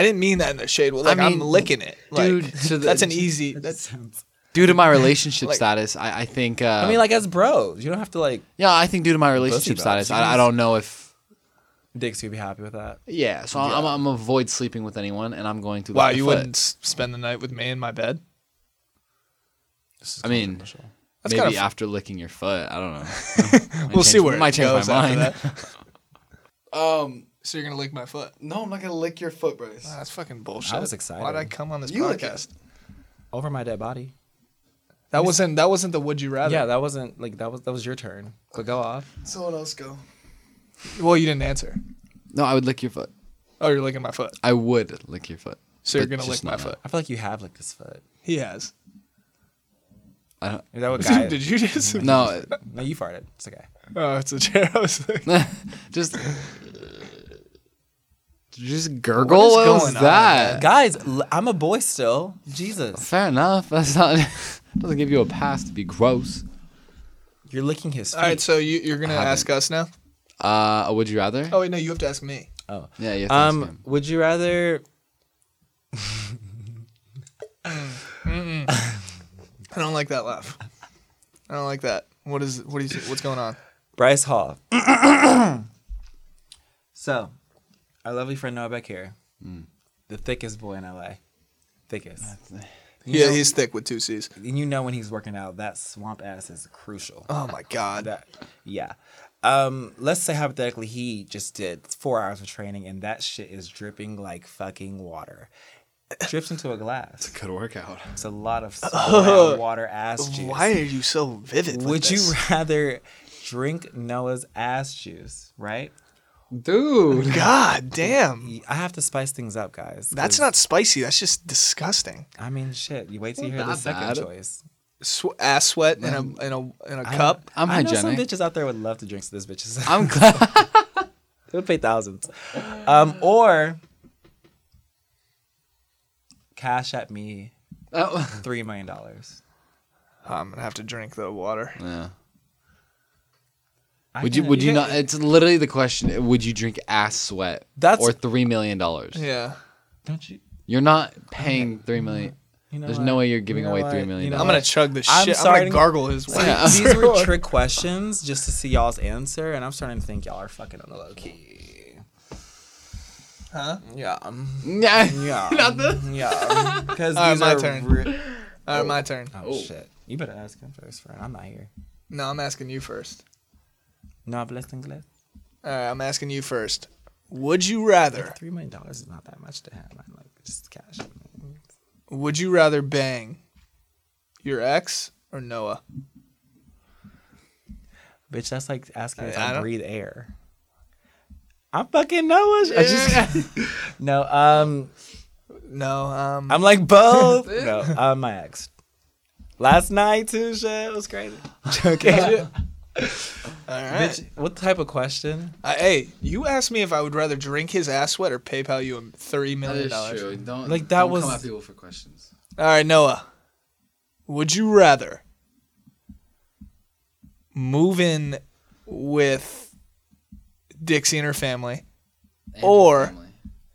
C: didn't mean that in a shade. Well, like I
B: mean,
C: am licking it, like,
B: dude, so the-
C: that's an easy. That's
B: Due to my relationship
C: Like-
B: status, I, I think. Uh,
C: Oh.
A: I mean, like as bros, you don't have to like
B: yeah, I think due to my relationship
A: Pussy
B: status,
A: vibes, you
B: I, I
A: guys.
B: don't know if.
A: dicks would be happy with that.
B: Yeah, so I'm, I'm avoid sleeping with anyone, and I'm going to.
C: wow.
B: let the
C: You
B: foot.
C: wouldn't s- spend the night with me in my bed.
B: I mean,
C: That's
B: maybe
C: kinda f-
B: after licking your foot, I don't know.
C: We'll see where it
B: might change
C: goes
B: my
C: after
B: mind.
C: that. So you're gonna lick my foot?
B: No, I'm not gonna lick your foot, Bryce.
C: Wow, that's fucking bullshit.
A: I was excited.
C: Why'd I come on this
B: You lick
C: podcast?
A: Over my dead body.
C: That wasn't that wasn't the would you rather.
A: Yeah, that wasn't like that was that was your turn. But go off.
C: Someone else go. Well, you didn't answer.
B: No, I would lick your foot.
C: Oh, you're licking my foot.
B: I would lick your foot.
C: So you're
B: but
C: gonna
B: just
C: lick my
B: not
C: foot.
A: I feel like you have like this foot.
C: He has.
B: now. I don't.
A: Is that what guy?
C: Did you just?
B: No,
A: No, you farted. It's okay.
C: Oh, it's a chair. I was like,
B: just just gurgle. What, was
C: going on,
B: that?
A: Guys, l- I'm a boy still. Jesus,
B: Fair enough. That's not doesn't give you a pass to be gross.
A: you're licking his feet.
C: all right. So you, you're gonna ask us now?
B: Uh, would you rather?
C: Oh wait, no. You have to ask me.
B: Yeah, you have to ask
A: um,
B: him.
A: would you rather?
C: I don't like that laugh. I don't like that. What is? What do you? What's going on?
A: Bryce Hall. so, our lovely friend Noah Beck here,
C: Mm.
A: the thickest boy in LA, thickest.
C: Yeah, he's thick with two C's.
A: And you know when he's working out, that swamp ass is crucial.
C: Oh my god.
A: That, yeah. Um, let's say hypothetically he just did four hours of training and that shit is dripping like fucking water. Drips into a glass.
B: Good workout.
A: It's a lot of sweat, water ass juice.
C: Why are you so vivid? with
A: Would you
C: this?
A: rather drink Noah's ass juice, right?
B: Dude.
C: God damn.
A: I have to spice things up, guys. 'cause-
C: That's not spicy. That's just disgusting.
A: I mean, shit. You wait till you hear the
B: not
A: second
B: bad.
A: choice.
C: Sw- ass sweat in a in a in a cup.
B: I'm
A: I know some
B: hygienic.
A: bitches out there would love to drink to this bitches.
B: I'm glad.
A: they would pay thousands. Um, or cash at me
B: Oh.
A: three million dollars.
C: I'm gonna have to drink the water.
B: Yeah.
A: I
B: Would you?
A: can-
B: Would you
A: yeah,
B: not? It's literally the question. Would you drink ass sweat?
A: That's-
B: or three million dollars.
C: Yeah.
A: Don't you?
B: You're not paying three million.
A: You know
B: There's
A: what?
B: no way you're giving
A: You know
B: away
A: what?
B: three
A: You
B: million
A: know
C: I'm
B: dollars.
C: gonna chug this
A: I'm
C: shit. I'm
A: starting-
C: gonna gargle his water.
A: These were trick questions just to see y'all's answer, and I'm starting to think y'all are fucking on the low key. Huh? Yeah. um, Yeah. Not the. Yeah. Because
C: All right,
A: these
C: my
A: are
C: turn.
A: re-
C: All right, my turn.
A: oh, shit! You better ask him first, friend. I'm not here.
C: No, I'm asking you first.
A: No hablas inglés.
C: All right, I'm asking you first. Would you rather?
A: Three million dollars is not that much to have. I'm like just cash.
C: Would you rather bang your ex or Noah?
A: Bitch, that's like asking if
C: I
A: I,
C: don't-
A: breathe air. I'm fucking Noah. I just no. Um,
C: No, um,
A: I'm like both. no, um, my ex. Last night too. Shit, it was crazy. Okay.
C: all right.
A: Bitch, what type of question?
C: I, hey, you asked me if I would rather drink his ass sweat or PayPal you a thirty million dollars. All
B: Don't
A: Like, that don't come was- at
B: people for questions.
C: right, Noah, would you rather move in with Dixie and her family, or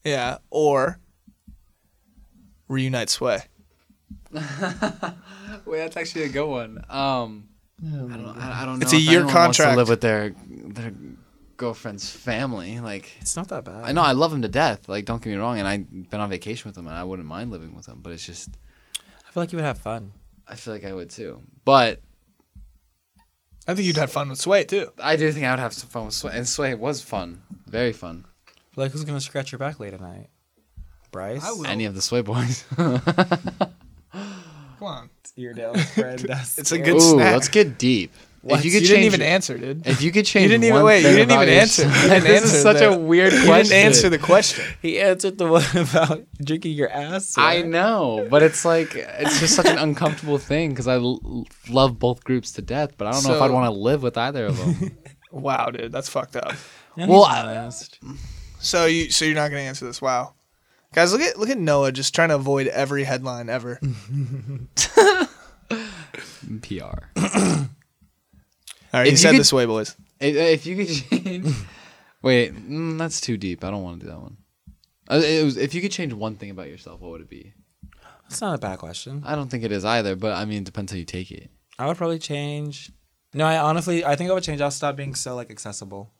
C: yeah, or reunite Sway?
B: Wait, that's actually a good one. Um, I don't. I, I don't know.
C: It's a
B: if
C: year
B: anyone wants
C: contract.
B: to live with their their girlfriend's family. Like,
A: It's not that bad.
B: I know I love them to death. Like, don't get me wrong. And I've been on vacation with them, and I wouldn't mind living with them. But it's just,
A: I feel like you would have fun.
B: I feel like I would too. But
C: I think you'd have fun with Sway too.
B: I do think I would have some fun with Sway. And Sway was fun, very fun.
A: Like, who's gonna scratch your back late at night? Bryce, I
B: Any of the Sway boys.
C: Come on,
A: Eardale's friend.
C: it's a good
B: Ooh,
C: snack.
B: let's get deep.
C: What?
B: If you could
C: didn't
B: change-
C: even answer, dude.
B: If you could change,
C: didn't even-
B: one
C: wait, you
B: thing
C: didn't
B: about
C: even
B: your-
C: answer. You didn't
B: this
C: answer
B: is such
C: that.
B: a weird
C: you
B: question.
C: didn't answer the question.
A: he answered the one about drinking your ass.
B: I
A: right?
B: know, but it's like it's just such an uncomfortable thing because I l- love both groups to death, but I don't know if
C: So-
B: I'd want to live with either of them.
C: Wow, dude, that's fucked up.
B: well, I,
A: Honest.
C: So you so you're not gonna answer this? Wow, guys, look at look at Noah just trying to avoid every headline ever.
B: Mm. PR.
C: All right, you
B: you
C: said
B: could-
C: this way, boys.
B: If, if you could change Wait, mm, that's too deep. I don't want to do that one. Uh, it was, if you could change one thing about yourself, what would it be?
A: That's not a bad question.
B: I don't think it is either, but I mean, it depends how you take it.
A: I would probably change. No, I honestly, I think I would change. I'll stop being so like accessible.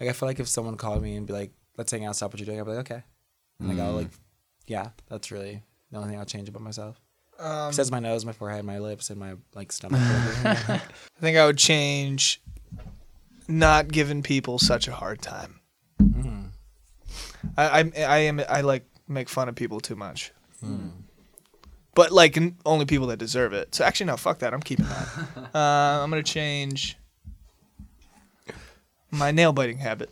A: Like I feel like if someone called me and be like, "Let's hang out, stop what you're doing," I'd be like, "Okay." And Like I'll like, yeah, that's really the only thing I'll change about myself.
C: Um,
A: Besides my nose, my forehead, my lips, and my like stomach.
C: I think I would change not giving people such a hard time.
A: Mm-hmm.
C: I, I I am I like make fun of people too much.
A: Mm-hmm.
C: But like n- only people that deserve it. So actually no, fuck that. I'm keeping that. uh, I'm gonna change my nail biting habit.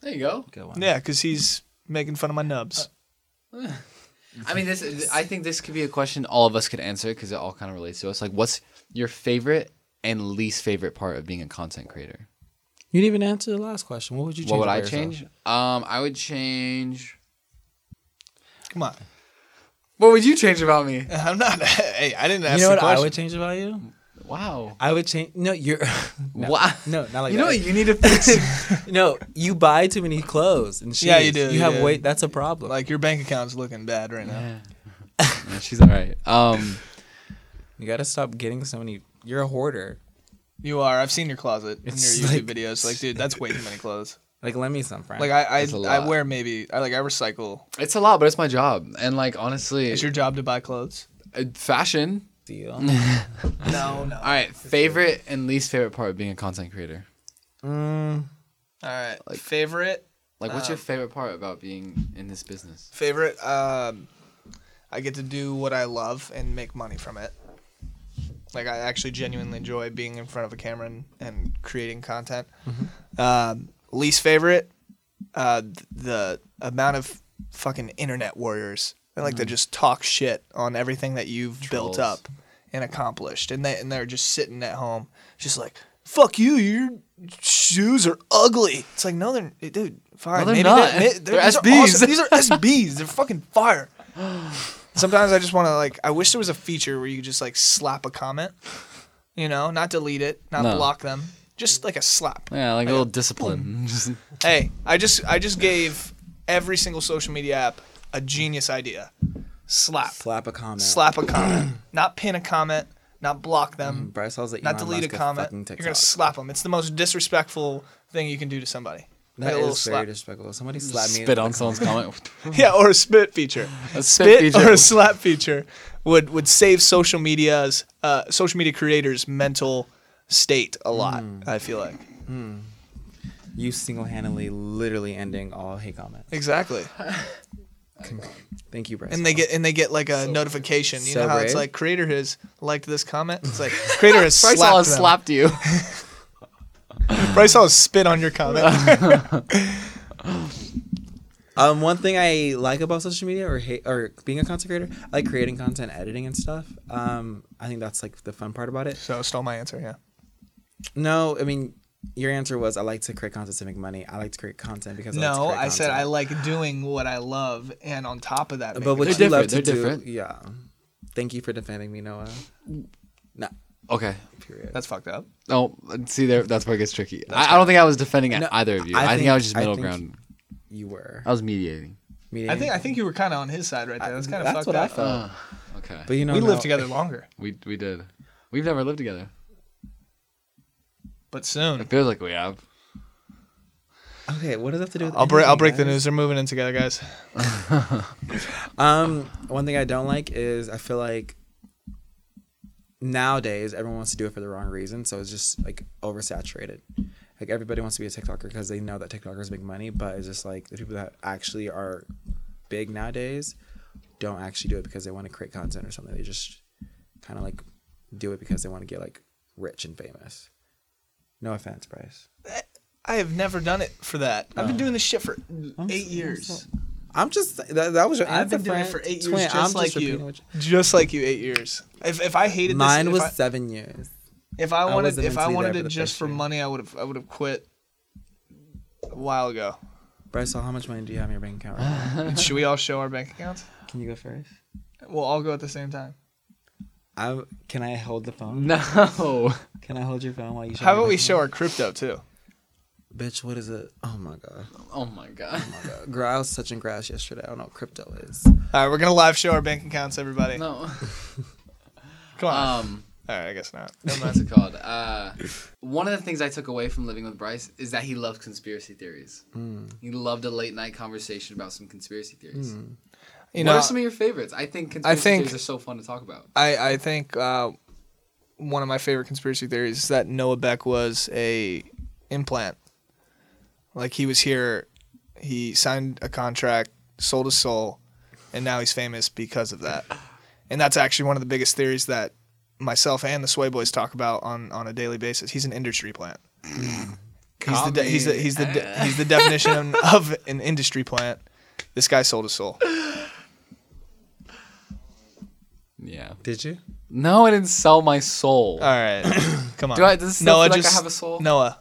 B: There you go.
C: Yeah, because he's making fun of my nubs.
A: Uh,
B: I mean, this. I think this could be a question all of us could answer because it all kind of relates to us. Like, what's your favorite and least favorite part of being a content creator?
A: you didn't even answer the last question. What would you? change
B: what would
A: about
B: I
A: yourself?
B: change? Um, I would change.
C: Come on.
B: What would you change about me?
C: I'm not. Hey, I didn't ask
A: You know
C: the
A: what
C: question.
A: I would change about you?
B: Wow.
A: I would change. No, you're. no,
B: Wow.
A: No, not like
B: you
A: that.
B: know what you need to fix.
A: No, you buy too many clothes and shit.
C: Yeah, you do,
A: You have
C: yeah.
A: weight. That's a problem.
C: Like your bank account's looking bad right now.
B: She's all right. Um,
A: you gotta stop getting so many. You're a hoarder.
C: You are. I've seen your closet
A: It's
C: in your YouTube
A: like-
C: videos. Like, dude, that's way too many clothes.
A: Like, lend me some, friend.
C: Like, I
B: a
C: I,
B: lot.
C: I wear maybe I like I recycle.
B: it's a lot, but it's my job. And like, honestly,
C: It's your job to buy clothes.
B: uh, fashion.
A: deal.
C: No, no.
B: All right, favorite and least favorite part of being a content creator.
C: All right. favorite
B: Like, what's your favorite part about being in this business?
C: favorite. Um, I get to do what I love and make money from it. Like I actually genuinely enjoy being in front of a camera and, and creating content. Um, least favorite, uh, th- the amount of fucking internet warriors. They like to just talk shit on everything that you've built
B: Trolls.
C: up and accomplished, and they and they're just sitting at home, just like fuck you. Your shoes are ugly. It's like no, they're dude. Fine,
B: they're
C: maybe
B: not.
C: may-
B: They're
C: these
B: SBs.
C: Are awesome. These are SBs. They're fucking fire. Sometimes I just want to like. I wish there was a feature where you could just like slap a comment. You know, not delete it, not
B: No.
C: block them, just like a slap.
B: Yeah, like a little discipline.
C: Hey, I just I just gave every single social media app a genius idea. Slap,
A: Slap a comment.
C: slap a comment, not pin a comment, not block them,
A: Mm, Bryce Hall's that
C: not delete a comment. You're gonna slap them. It's the most disrespectful thing you can do to somebody. Like
A: That is
C: a little
A: very
C: slap.
A: disrespectful. Somebody slap me.
B: Spit on someone's comment.
C: yeah, or a spit feature.
B: A
C: spit
B: feature.
C: or a slap feature would would save social media's uh, social media creators' mental state a lot.
A: Hmm.
C: I feel like
A: You single-handedly, literally ending all hate comments.
C: exactly,
A: Thank you, Bryce.
C: and they get and they get like a notification. You
A: so
C: know how it's
A: brave.
C: like creator has liked this comment. It's like creator has slapped,
B: Bryce Hall
C: them.
B: slapped you.
C: Bryce Hall spit on your comment.
A: Um, one thing I like about social media or hate or being a content creator, I like creating content, editing, and stuff. Um, I think that's like the fun part about it.
C: so stole my answer. Yeah.
A: No, I mean, your answer was I like to create content to make money. I like to create content because I like to
C: No,
A: create
C: I said
A: content.
C: I like doing what I love, and on top of that,
A: But what
B: They're
A: you
C: you,
B: different,
A: love to
B: they're
A: do,
B: different.
A: yeah. Thank you for defending me, Noah. No,
B: Okay.
A: period.
C: that's fucked up.
B: Oh, see, there. That's where it gets tricky. I, I don't think I was defending either of you. I,
A: I
B: think, I
A: think-
B: was just
A: I
B: middle
A: think-
B: ground.
A: You were.
B: I was mediating.
C: I think I think you were kind of on his side right there. That's kind of
A: that's
C: fucked
A: what
C: up.
A: I felt.
B: Okay.
A: but you know,
C: we
A: no,
C: lived together longer,
B: we we did. We've never lived together.
C: but soon.
B: It feels like we have.
A: Okay, what does that have to do with?
C: I'll break. I'll
A: anything,
C: break the
A: guys?
C: news. They're moving in together, guys.
A: Um, one thing I don't like is I feel like nowadays everyone wants to do it for the wrong reason, so it's just like oversaturated. Like everybody wants to be a TikToker because they know that TikTokers make money, but it's just like the people that actually are big nowadays don't actually do it because they want to create content or something. They just kind of like do it because they want to get like rich and famous. No offense, Bryce.
C: I have never done it for that. I've been doing this shit for eight years.
A: I'm just that, that was your
C: I've
A: answer,
C: been doing it
A: friend.
C: for eight years,
A: Twin,
C: just
A: I'm
C: like
A: repeating
C: you.
A: what
C: Just like you, eight years. If, if I hated this,
A: Mine
C: if
A: was
C: I-
A: seven years.
C: If I wanted,
A: wasn't
C: if I
A: mentally there
C: wanted
A: for
C: it
A: the
C: just
A: first
C: for
A: year.
C: money, I would have, I would have quit a while ago.
A: Bryce, how much money do you have in your bank account right now?
C: Should we all show our bank accounts?
A: Can you go first?
C: We'll all go at the same time.
A: I can I hold the phone?
B: No.
A: Can I hold your phone while you? show
C: How
A: me
C: about
A: your
C: we
A: bank
C: show our crypto too?
A: account? Bitch, what is it? Oh my god.
B: Oh my god.
A: Girl, I was touching grass yesterday. I don't know what crypto is.
C: All right, we're gonna live show our bank accounts, everybody.
B: No.
C: Come on.
B: Um.
C: All right, I guess not.
B: What's it called? Uh, one of the things I took away from living with Bryce is that he loved conspiracy theories. He loved a late night conversation about some conspiracy theories.
C: You
B: what
C: know,
B: are some of your favorites? Hmm. I think conspiracy
C: think-
B: theories are so fun to talk about.
C: I I think uh, one of my favorite conspiracy theories is that Noah Beck was a implant. Like he was here, he signed a contract, sold his soul, and now he's famous because of that. And that's actually one of the biggest theories that myself and the Sway Boys talk about on, on a daily basis. He's an industry plant. he's, the de- he's the he's the de- he's the definition of an industry plant. This guy sold his soul.
B: Yeah.
A: Did you?
B: No, I didn't sell my soul.
C: All right, come on.
B: Do I- does it still feel like I have a soul?
C: Noah,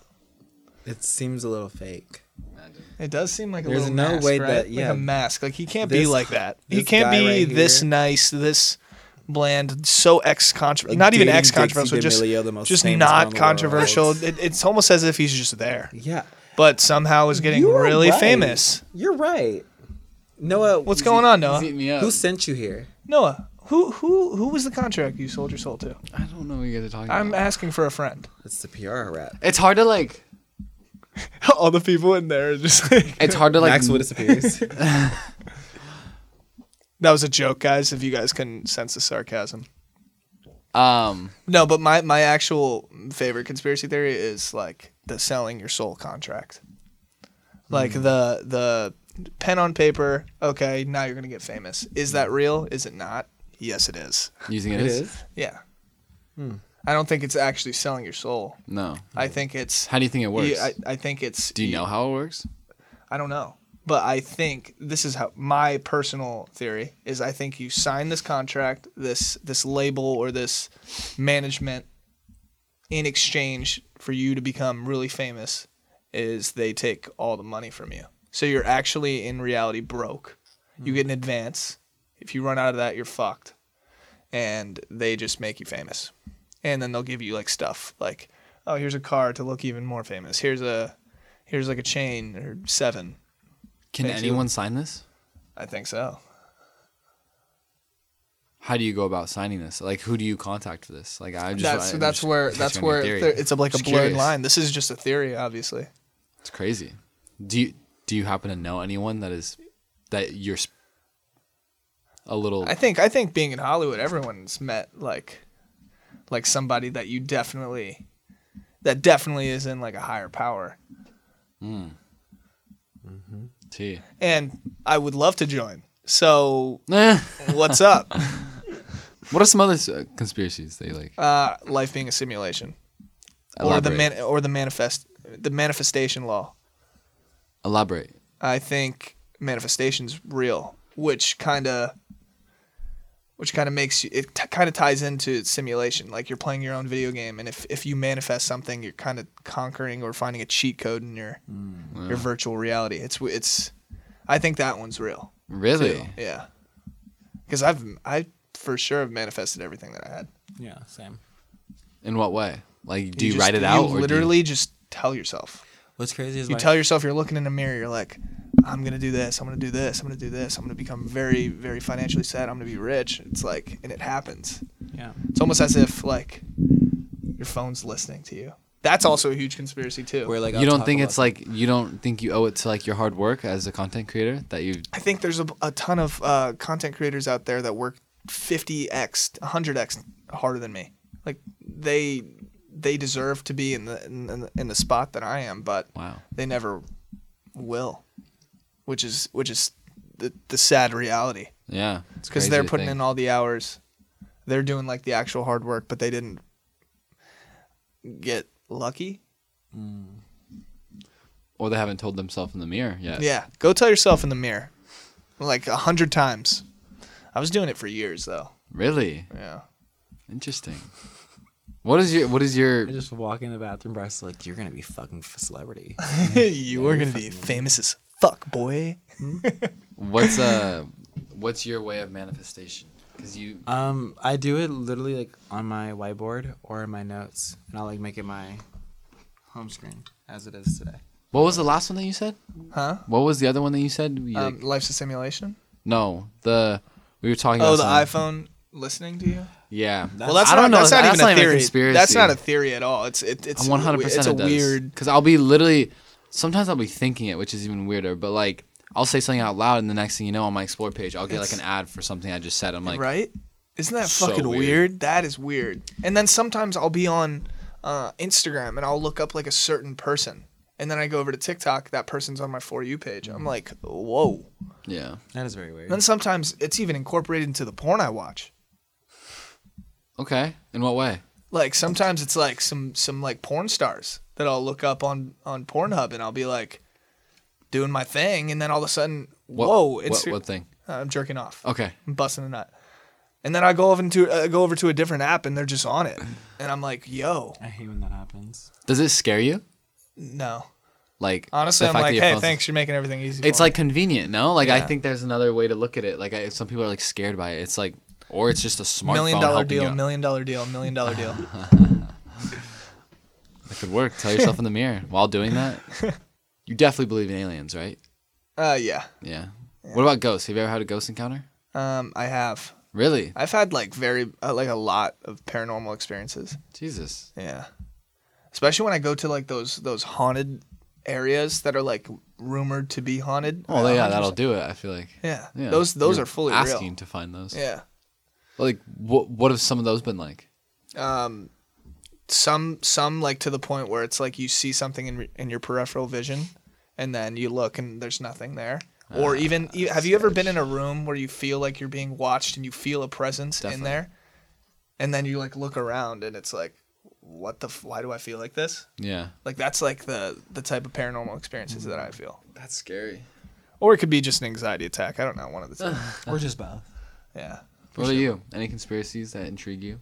A: It seems a little fake.
C: It does seem like a
A: There's
C: little
A: no
C: mask,
A: way
C: right?
A: that-
C: like
A: yeah.
C: a mask. Like he can't be
A: This-
C: like that. He
A: this
C: can't
A: guy
C: be
A: right
C: this
A: here.
C: nice, this bland, so ex controversial.
A: Like
C: Not even
A: dating
C: ex controversial,
A: Dixie
C: just
A: D'Amelio, the most
C: just
A: famous one in
C: not
A: the
C: controversial.
A: world.
C: It, it's almost as if he's just there,
A: Yeah.
C: but somehow is getting
A: You are
C: really
A: right.
C: famous.
A: You're right. Noah,
C: What's going on,
B: He's
C: Noah?
B: eating me up.
A: Who sent you here?
C: Noah, who who who was the contract you sold your soul to?
B: I don't know what you guys are talking
C: I'm
B: about.
C: asking for a friend.
A: It's the PR rap.
B: It's hard to like.
C: All the people in there are just like
B: It's hard to like.
A: Maxwell disappears.
C: that was a joke, guys. If you guys couldn't sense the sarcasm.
B: Um.
C: No, but my my actual favorite conspiracy theory is like the selling your soul contract. Like
B: Hmm.
C: the the pen on paper, okay, now you're going to get famous. Is that real? Is it not? Yes it is.
B: Using it,
A: it
B: as-
A: is.
C: Yeah.
B: Hmm.
C: I don't think it's actually selling your soul.
B: No.
C: I think it's
B: Hmm. How do you think it works?
C: Yeah, I, I think it's
B: do you know how it works?
C: I don't know. But I think this is how my personal theory is I think you sign this contract, this this label or this management in exchange for you to become really famous is they take all the money from you. So you're actually in reality broke. You get an advance. If you run out of that, you're fucked. And they just make you famous. And then they'll give you like stuff like, oh, here's a car to look even more famous. Here's a here's like a chain or seven.
B: Can
C: Thank you.
B: anyone sign this?
C: I think so.
B: How do you go about signing this? Like, who do you contact for this? Like, I just
C: that's
B: I'm
C: that's
B: just
C: where
B: catching
C: that's
B: on your
C: where
B: theory.
C: there- it's a, like a
B: Just
C: blurred
B: curious.
C: line. This is just a theory, obviously.
B: It's crazy. Do you do you happen to know anyone that is that you're sp- a little?
C: I think I think being in Hollywood, everyone's met like like somebody that you definitely that definitely is in like a higher power.
B: T.
C: And I would love to join. So
B: Eh,
C: what's up?
B: what are some other uh, conspiracies that you like?
C: Uh, life being a simulation, or the
B: Elaborate.
C: man, or the manifest the manifestation law.
B: Elaborate.
C: I think manifestation's real, which kind of which kind of makes you it t- kind of ties into simulation like you're playing your own video game and if, if you manifest something you're kind of conquering or finding a cheat code in your
B: Mm.
C: your virtual reality it's w- it's i think that one's real
B: Really?
C: yeah because i've i for sure have manifested everything that i had
A: Yeah, same.
B: In what way? Like, do you,
C: just-
B: write it out?
C: you
B: or
C: literally just tell yourself
A: What's crazy is
C: you
A: my-
C: tell yourself you're looking in a mirror you're like i'm gonna do this i'm gonna do this i'm gonna do this i'm gonna become very very financially set i'm gonna be rich it's like and it happens
A: Yeah.
C: it's almost as if like your phone's listening to you that's also a huge conspiracy too
A: We're like
B: do you,
A: I'll
B: you don't
A: talk
B: think
A: about-
B: it's like you don't think you owe it to like your hard work as a content creator that you
C: i think there's a, a ton of uh, content creators out there that work 50x 100x harder than me like they they deserve to be in the in, in, the- in the spot that i am but
B: wow
C: they never will which is which is the, the sad reality
B: yeah
C: because they're putting in all the hours they're doing like the actual hard work but they didn't get lucky
B: or they haven't told themselves in the mirror yet.
C: yeah go tell yourself in the mirror like a hundred times i was doing it for years though
B: Really
C: yeah
B: interesting. What is your what is your
A: I just walk in the bathroom, Bryce like, you're gonna be fucking f- celebrity.
C: you were gonna be famous as fuck boy
B: What's uh what's your way of manifestation? Cuz you
A: um, I do it literally like on my whiteboard or in my notes, and I'll like make it my home screen as it is today.
B: What was the last one that you said?
C: Huh?
B: What was the other one that you said? You,
C: Um,
B: like-
C: life's a simulation.
B: no, the we were talking.
C: Oh,
B: about
C: the
B: something.
C: iPhone listening to you.
B: Yeah.
C: Well, that's
B: I
C: not,
B: don't know.
C: That's not
B: that's
C: even a theory.
B: conspiracy.
C: That's not a theory at all. It's it, it's
B: I'm 100
C: it's
B: percent.
C: a weird.
B: because I'll be literally sometimes I'll be thinking it, which is even weirder. But like I'll say something out loud, and the next thing you know, on my explore page, I'll get like an ad for something I just said. I'm like,
C: right? Isn't that
B: So
C: fucking
B: weird.
C: weird. That is weird. And then sometimes I'll be on uh, Instagram and I'll look up like a certain person, and then I go over to TikTok. That person's on my for you page. I'm like, whoa.
B: yeah.
A: That is very weird.
C: Then sometimes it's even incorporated into the porn I watch.
B: Okay. In what way?
C: Like sometimes it's like some some like porn stars that I'll look up on on Pornhub and I'll be like doing my thing, and then all of a sudden,
B: What,
C: whoa!
B: What,
C: It's
B: what thing?
C: I'm jerking off.
B: Okay.
C: I'm busting a nut. And then I go over into uh, go over to a different app and they're just on it. And I'm like, yo,
A: I hate when that happens.
B: Does it scare you?
C: no.
B: Like
C: Honestly,
B: the
C: I'm
B: fact that
C: like,
B: your
C: hey,
B: phone's-
C: thanks, you're making everything easy.
B: It's
C: for me."
B: like convenient, no? Like I think there's another way to look at it. Like I, some people are like scared by it. It's like, or it's just a smartphone
C: million dollar
B: helping
C: deal,
B: you.
C: million dollar deal, million dollar deal.
B: It could work. Tell yourself in the mirror while doing that. You definitely believe in aliens, right?
C: Uh, yeah.
B: Yeah. What about ghosts? Have you ever had a ghost encounter?
C: Um, I have.
B: Really?
C: I've had like very uh, like a lot of paranormal experiences.
B: Jesus.
C: Yeah. Especially when I go to like those those haunted areas that are like rumored to be haunted.
B: Well, Oh, yeah,
C: 100%.
B: that'll do it. I feel like.
C: Yeah. Those those
B: You're
C: are fully
B: asking
C: real.
B: to find those.
C: Yeah.
B: Like, what what have some of those been like?
C: um some some like to the point where it's like you see something in in your peripheral vision and then you look and there's nothing there
B: Ah,
C: or even e- have you ever been in a room where you feel like you're being watched and you feel a presence in there and then you like look around and it's like what the f- why do i feel like this
B: Yeah.
C: like that's like the the type of paranormal experiences that i feel
B: That's scary.
C: or it could be just an anxiety attack i don't know one of the two
A: Or just both.
C: yeah
B: What are you? Any conspiracies that intrigue you?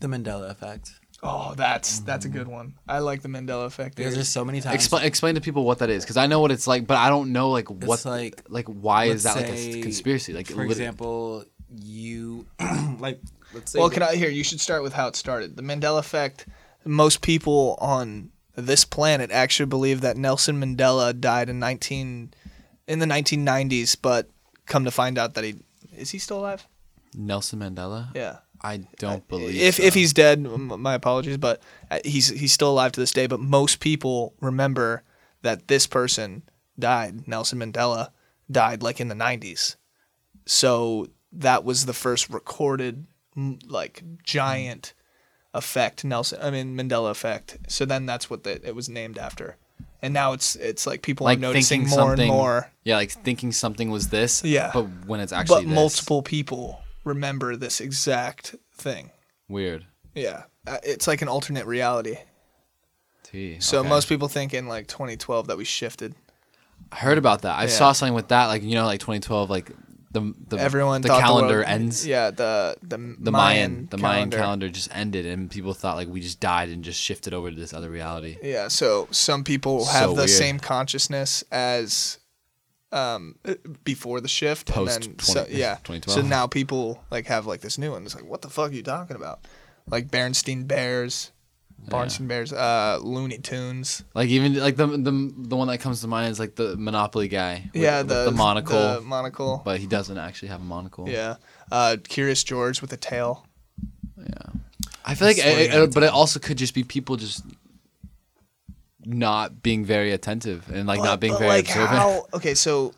A: The Mandela effect.
C: oh that's that's a good one i like the mandela effect
A: There's
C: theory.
A: just so many times.
B: Explain explain to people what that is, because I know what it's like, but I don't know like what
A: like,
B: like why is that
A: Let's
B: like a
A: say,
B: s- conspiracy? Like
A: for
B: literally-
A: example, you like let's say
C: Well, can I here? You should start with how it started. The Mandela effect. Most people on this planet actually believe that Nelson Mandela died in nineteen in the nineteen nineties, but come to find out that he is he still alive?
B: Nelson Mandela.
C: Yeah.
B: I don't believe.
C: If
B: so.
C: if he's dead, m- my apologies, but uh, he's he's still alive to this day. But most people remember that this person died. Nelson Mandela died like in the nineties, so that was the first recorded m- like giant effect Nelson. I mean Mandela effect. So then that's what the, it was named after, and now it's it's like people
B: like
C: are noticing
B: thinking
C: more and
B: something,
C: more.
B: Yeah, like thinking something was this.
C: Yeah.
B: But when it's actually
C: but
B: this.
C: multiple people remember this exact thing.
B: Weird.
C: Yeah, uh, it's like an alternate reality.
B: Gee,
C: So
B: okay.
C: most people think in like 2012 that we shifted.
B: I heard about that. I saw something with that, like you know, like 2012, like the the
C: Everyone
B: the
C: thought
B: calendar
C: world-
B: ends.
C: Yeah, the the,
B: The Mayan, the Mayan calendar just ended, and people thought like we just died and just shifted over to this other reality.
C: Yeah, so some people have
B: So
C: the
B: weird.
C: same consciousness as um uh, before the shift
B: Post
C: and then
B: 20
C: so, yeah
B: 2012.
C: so now people like have like this new one it's like what the fuck are you talking about like Bernstein Bears Barnstein Bears uh Looney Tunes
B: Like even like the the the one that comes to mind is like the Monopoly guy. with-
C: yeah
B: with
C: the
B: the monocle,
C: the monocle
B: but he doesn't actually have a monocle.
C: yeah uh Curious George with a tail
B: I feel like, it, it- but it also could just be people just not being very attentive and like not being very observant.
C: okay, so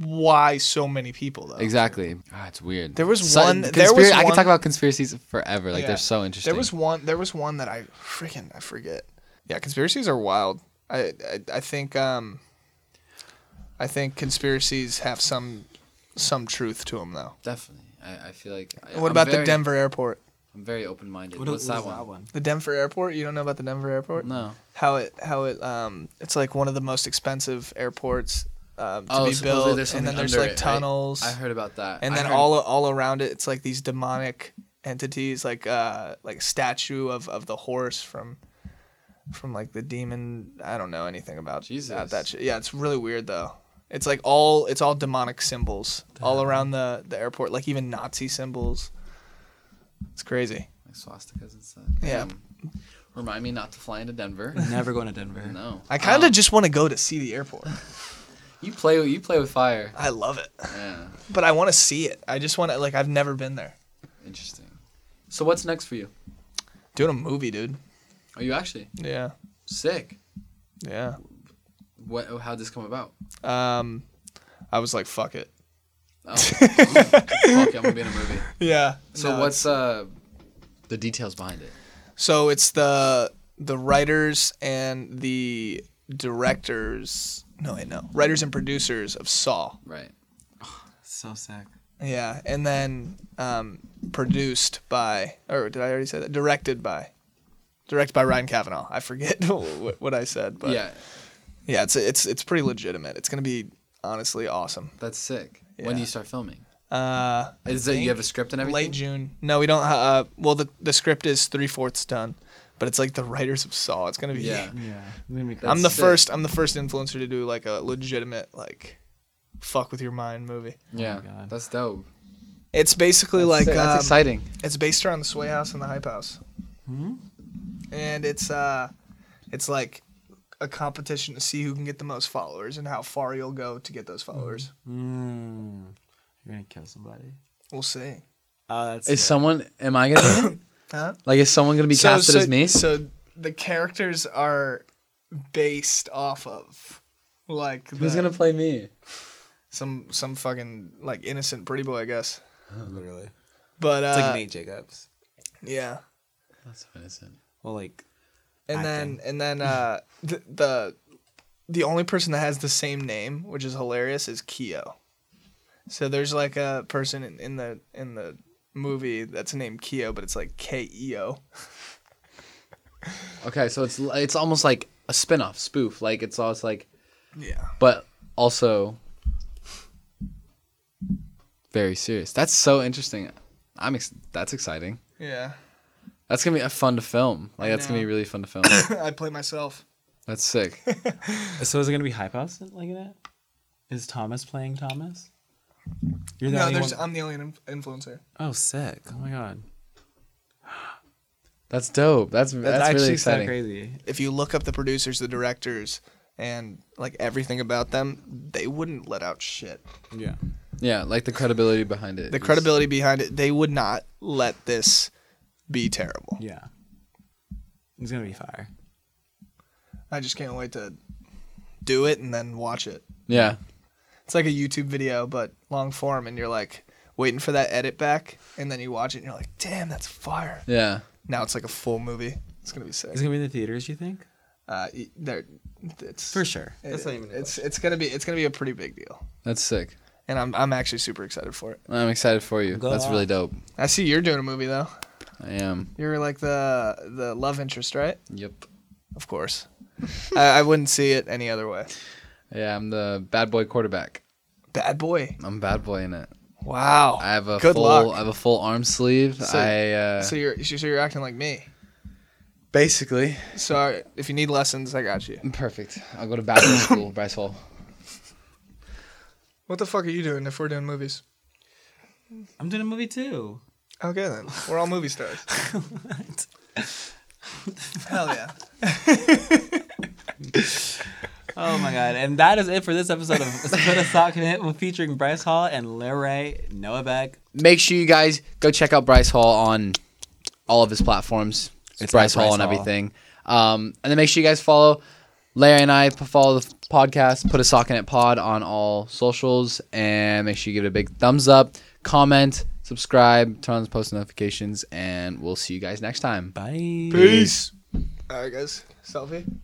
C: why so many people though?
B: Exactly. Ah, it's weird.
C: There was one- there was
B: conspira- I could
C: one-
B: talk about conspiracies forever. Like
C: Yeah.
B: they're so interesting.
C: There was one. There was one that I freaking I forget. Yeah, conspiracies are wild. I I, I think um. I think conspiracies have some some truth to them though.
B: definitely. I, I feel like. I,
C: What
B: I'm
C: about
B: very-
C: the Denver airport?
B: I'm very open minded.
A: What
B: What's
A: was
B: that one?
C: The Denver airport? You don't know about the Denver airport?
B: No.
C: How it how it um it's like one of the most expensive airports um, to
B: Oh,
C: be
B: supposedly
C: built,
B: there's
C: and then
B: something
C: there's
B: under
C: like
B: it, right?
C: tunnels.
B: I heard about that.
C: and
B: I
C: then
B: heard-
C: all all around it it's like these demonic entities like uh like a statue of of the horse from from like the demon i don't know anything about
B: Jesus.
C: that, that shit yeah it's really weird though it's like all it's all demonic symbols all around the the airport like even nazi symbols it's crazy
B: Like swastikas and stuff.
C: Yeah.
B: Damn. Remind me not to fly into Denver.
A: Never going to Denver.
B: No. Oh,
C: I kind of just want to go to see the airport.
B: You play you play with fire.
C: I love it,
B: Yeah.
C: but I want to see it. I just want to like I've never been there.
B: Interesting. So what's next for you?
C: Doing a movie, dude.
B: Are you actually
C: Yeah,
B: sick?
C: yeah.
B: What? How'd this come about?
C: Um, I was like, fuck it.
B: Oh. Fuck, I'm gonna be in a movie.
C: Yeah.
B: So
C: No,
B: what's uh the details behind it?
C: So it's the the writers and the directors. No, wait, no. Writers and producers of Saw.
B: Right.
A: So sick.
C: Yeah, and then um, produced by, or did I already say that? Directed by, directed by Ryan Kavanaugh. I forget what, what I said, but
B: yeah,
C: yeah, it's it's it's pretty legitimate. It's gonna be honestly awesome.
B: that's sick. When do you start filming?
C: Uh,
B: Is that you have a script and everything?
C: late June. No, we don't. ha- Uh, well, the the script is three fourths done, but it's like the writers of Saw. It's gonna be
B: Yeah.
A: Yeah. I'm gonna be
C: I'm the
B: sick.
C: first. I'm the first influencer to do like a legitimate like fuck with your mind movie.
B: Yeah. that's dope.
C: It's basically like
B: Sick, that's
C: um,
B: exciting.
C: It's based around the Sway House and the Hype House. And it's uh, it's like a competition to see who can get the most followers and how far you'll go to get those followers.
A: Mm, you're gonna kill somebody.
C: We'll see.
A: Oh, that's
B: Is someone? Am I gonna? be in it?
C: Huh?
B: Like, is someone gonna be casted as me?
C: So the characters are based off of like
B: Who's
C: the-
B: gonna play me?
C: some some fucking like innocent pretty boy, I guess.
A: literally.
C: But uh,
A: It's like Nate Jacobs.
C: yeah.
B: That's so innocent.
A: Well, like
C: and then and then uh the, the the only person that has the same name which is hilarious is keo so there's like a person in, in the in the movie that's named keo but it's like E k-e-o
B: Okay, so it's it's almost like a spin-off spoof. Like it's all it's like,
C: yeah
B: but also very serious. That's so interesting. I'm ex- that's exciting.
C: yeah
B: That's gonna be a fun to film. Like that's gonna be really fun to film.
C: i play myself
B: that's sick.
A: so is it gonna be Hype House in- like that? Is Thomas playing Thomas? You're the
C: no
A: only
C: there's
A: one-
C: i'm the only inf- influencer
A: Oh, sick! Oh my god,
B: That's dope. That's that's,
A: that's, actually
B: really
A: so
B: exciting.
A: crazy.
C: if you look up the producers the directors and like everything about them they wouldn't let out shit
A: Yeah,
B: Yeah, like the credibility behind it.
C: the
B: is-
C: credibility behind it they would not let this be terrible
A: yeah. It's gonna be fire.
C: I just can't wait to do it and then watch it.
B: Yeah,
C: It's like a YouTube video, but long form, and you're like waiting for that edit back, and then you watch it and you're like, damn, that's fire.
B: yeah.
C: Now it's like a full movie. It's gonna be
A: Is
C: sick.
A: it gonna be in the theaters? You think?
C: Uh, y- there, it's
A: For sure.
C: it- it's it's gonna be it's gonna be a pretty big deal,
B: That's sick.
C: and I'm I'm actually super excited for it.
B: I'm excited for you.
A: Go
B: that's really
A: off.
B: dope.
C: I see you're doing a movie though.
B: I am.
C: You're like the the love interest, right?
B: Yep.
C: Of course. I, I wouldn't see it any other way.
B: Yeah, I'm the bad boy quarterback.
C: Bad boy.
B: I'm bad boy in it.
C: Wow.
B: I have a
C: Good
B: full.
C: luck.
B: I have a full arm sleeve.
C: So-
B: I uh,
C: so you're so you're acting like me.
B: basically
C: So if you need lessons, I got you.
B: perfect. I'll go to basketball school, Bryce Hall.
C: What the fuck are you doing if we're doing movies?
A: I'm doing a movie too.
C: Okay then, we're all movie stars. Hell yeah!
A: Oh my god! And that is it for this episode of Split a Sock and Hit, featuring Bryce Hall and Larry Noah Beck.
B: Make sure you guys go check out Bryce Hall on all of his platforms. It's Bryce
A: at
B: Hall
A: Bryce
B: and
A: Hall.
B: everything. Um, and then make sure you guys follow Larry and I p- follow the f- podcast. Put a sock in it pod on all socials, and make sure you give it a big thumbs up, comment, subscribe, turn on the post notifications, and we'll see you guys next time.
A: Bye.
C: Peace. All right, guys. Selfie.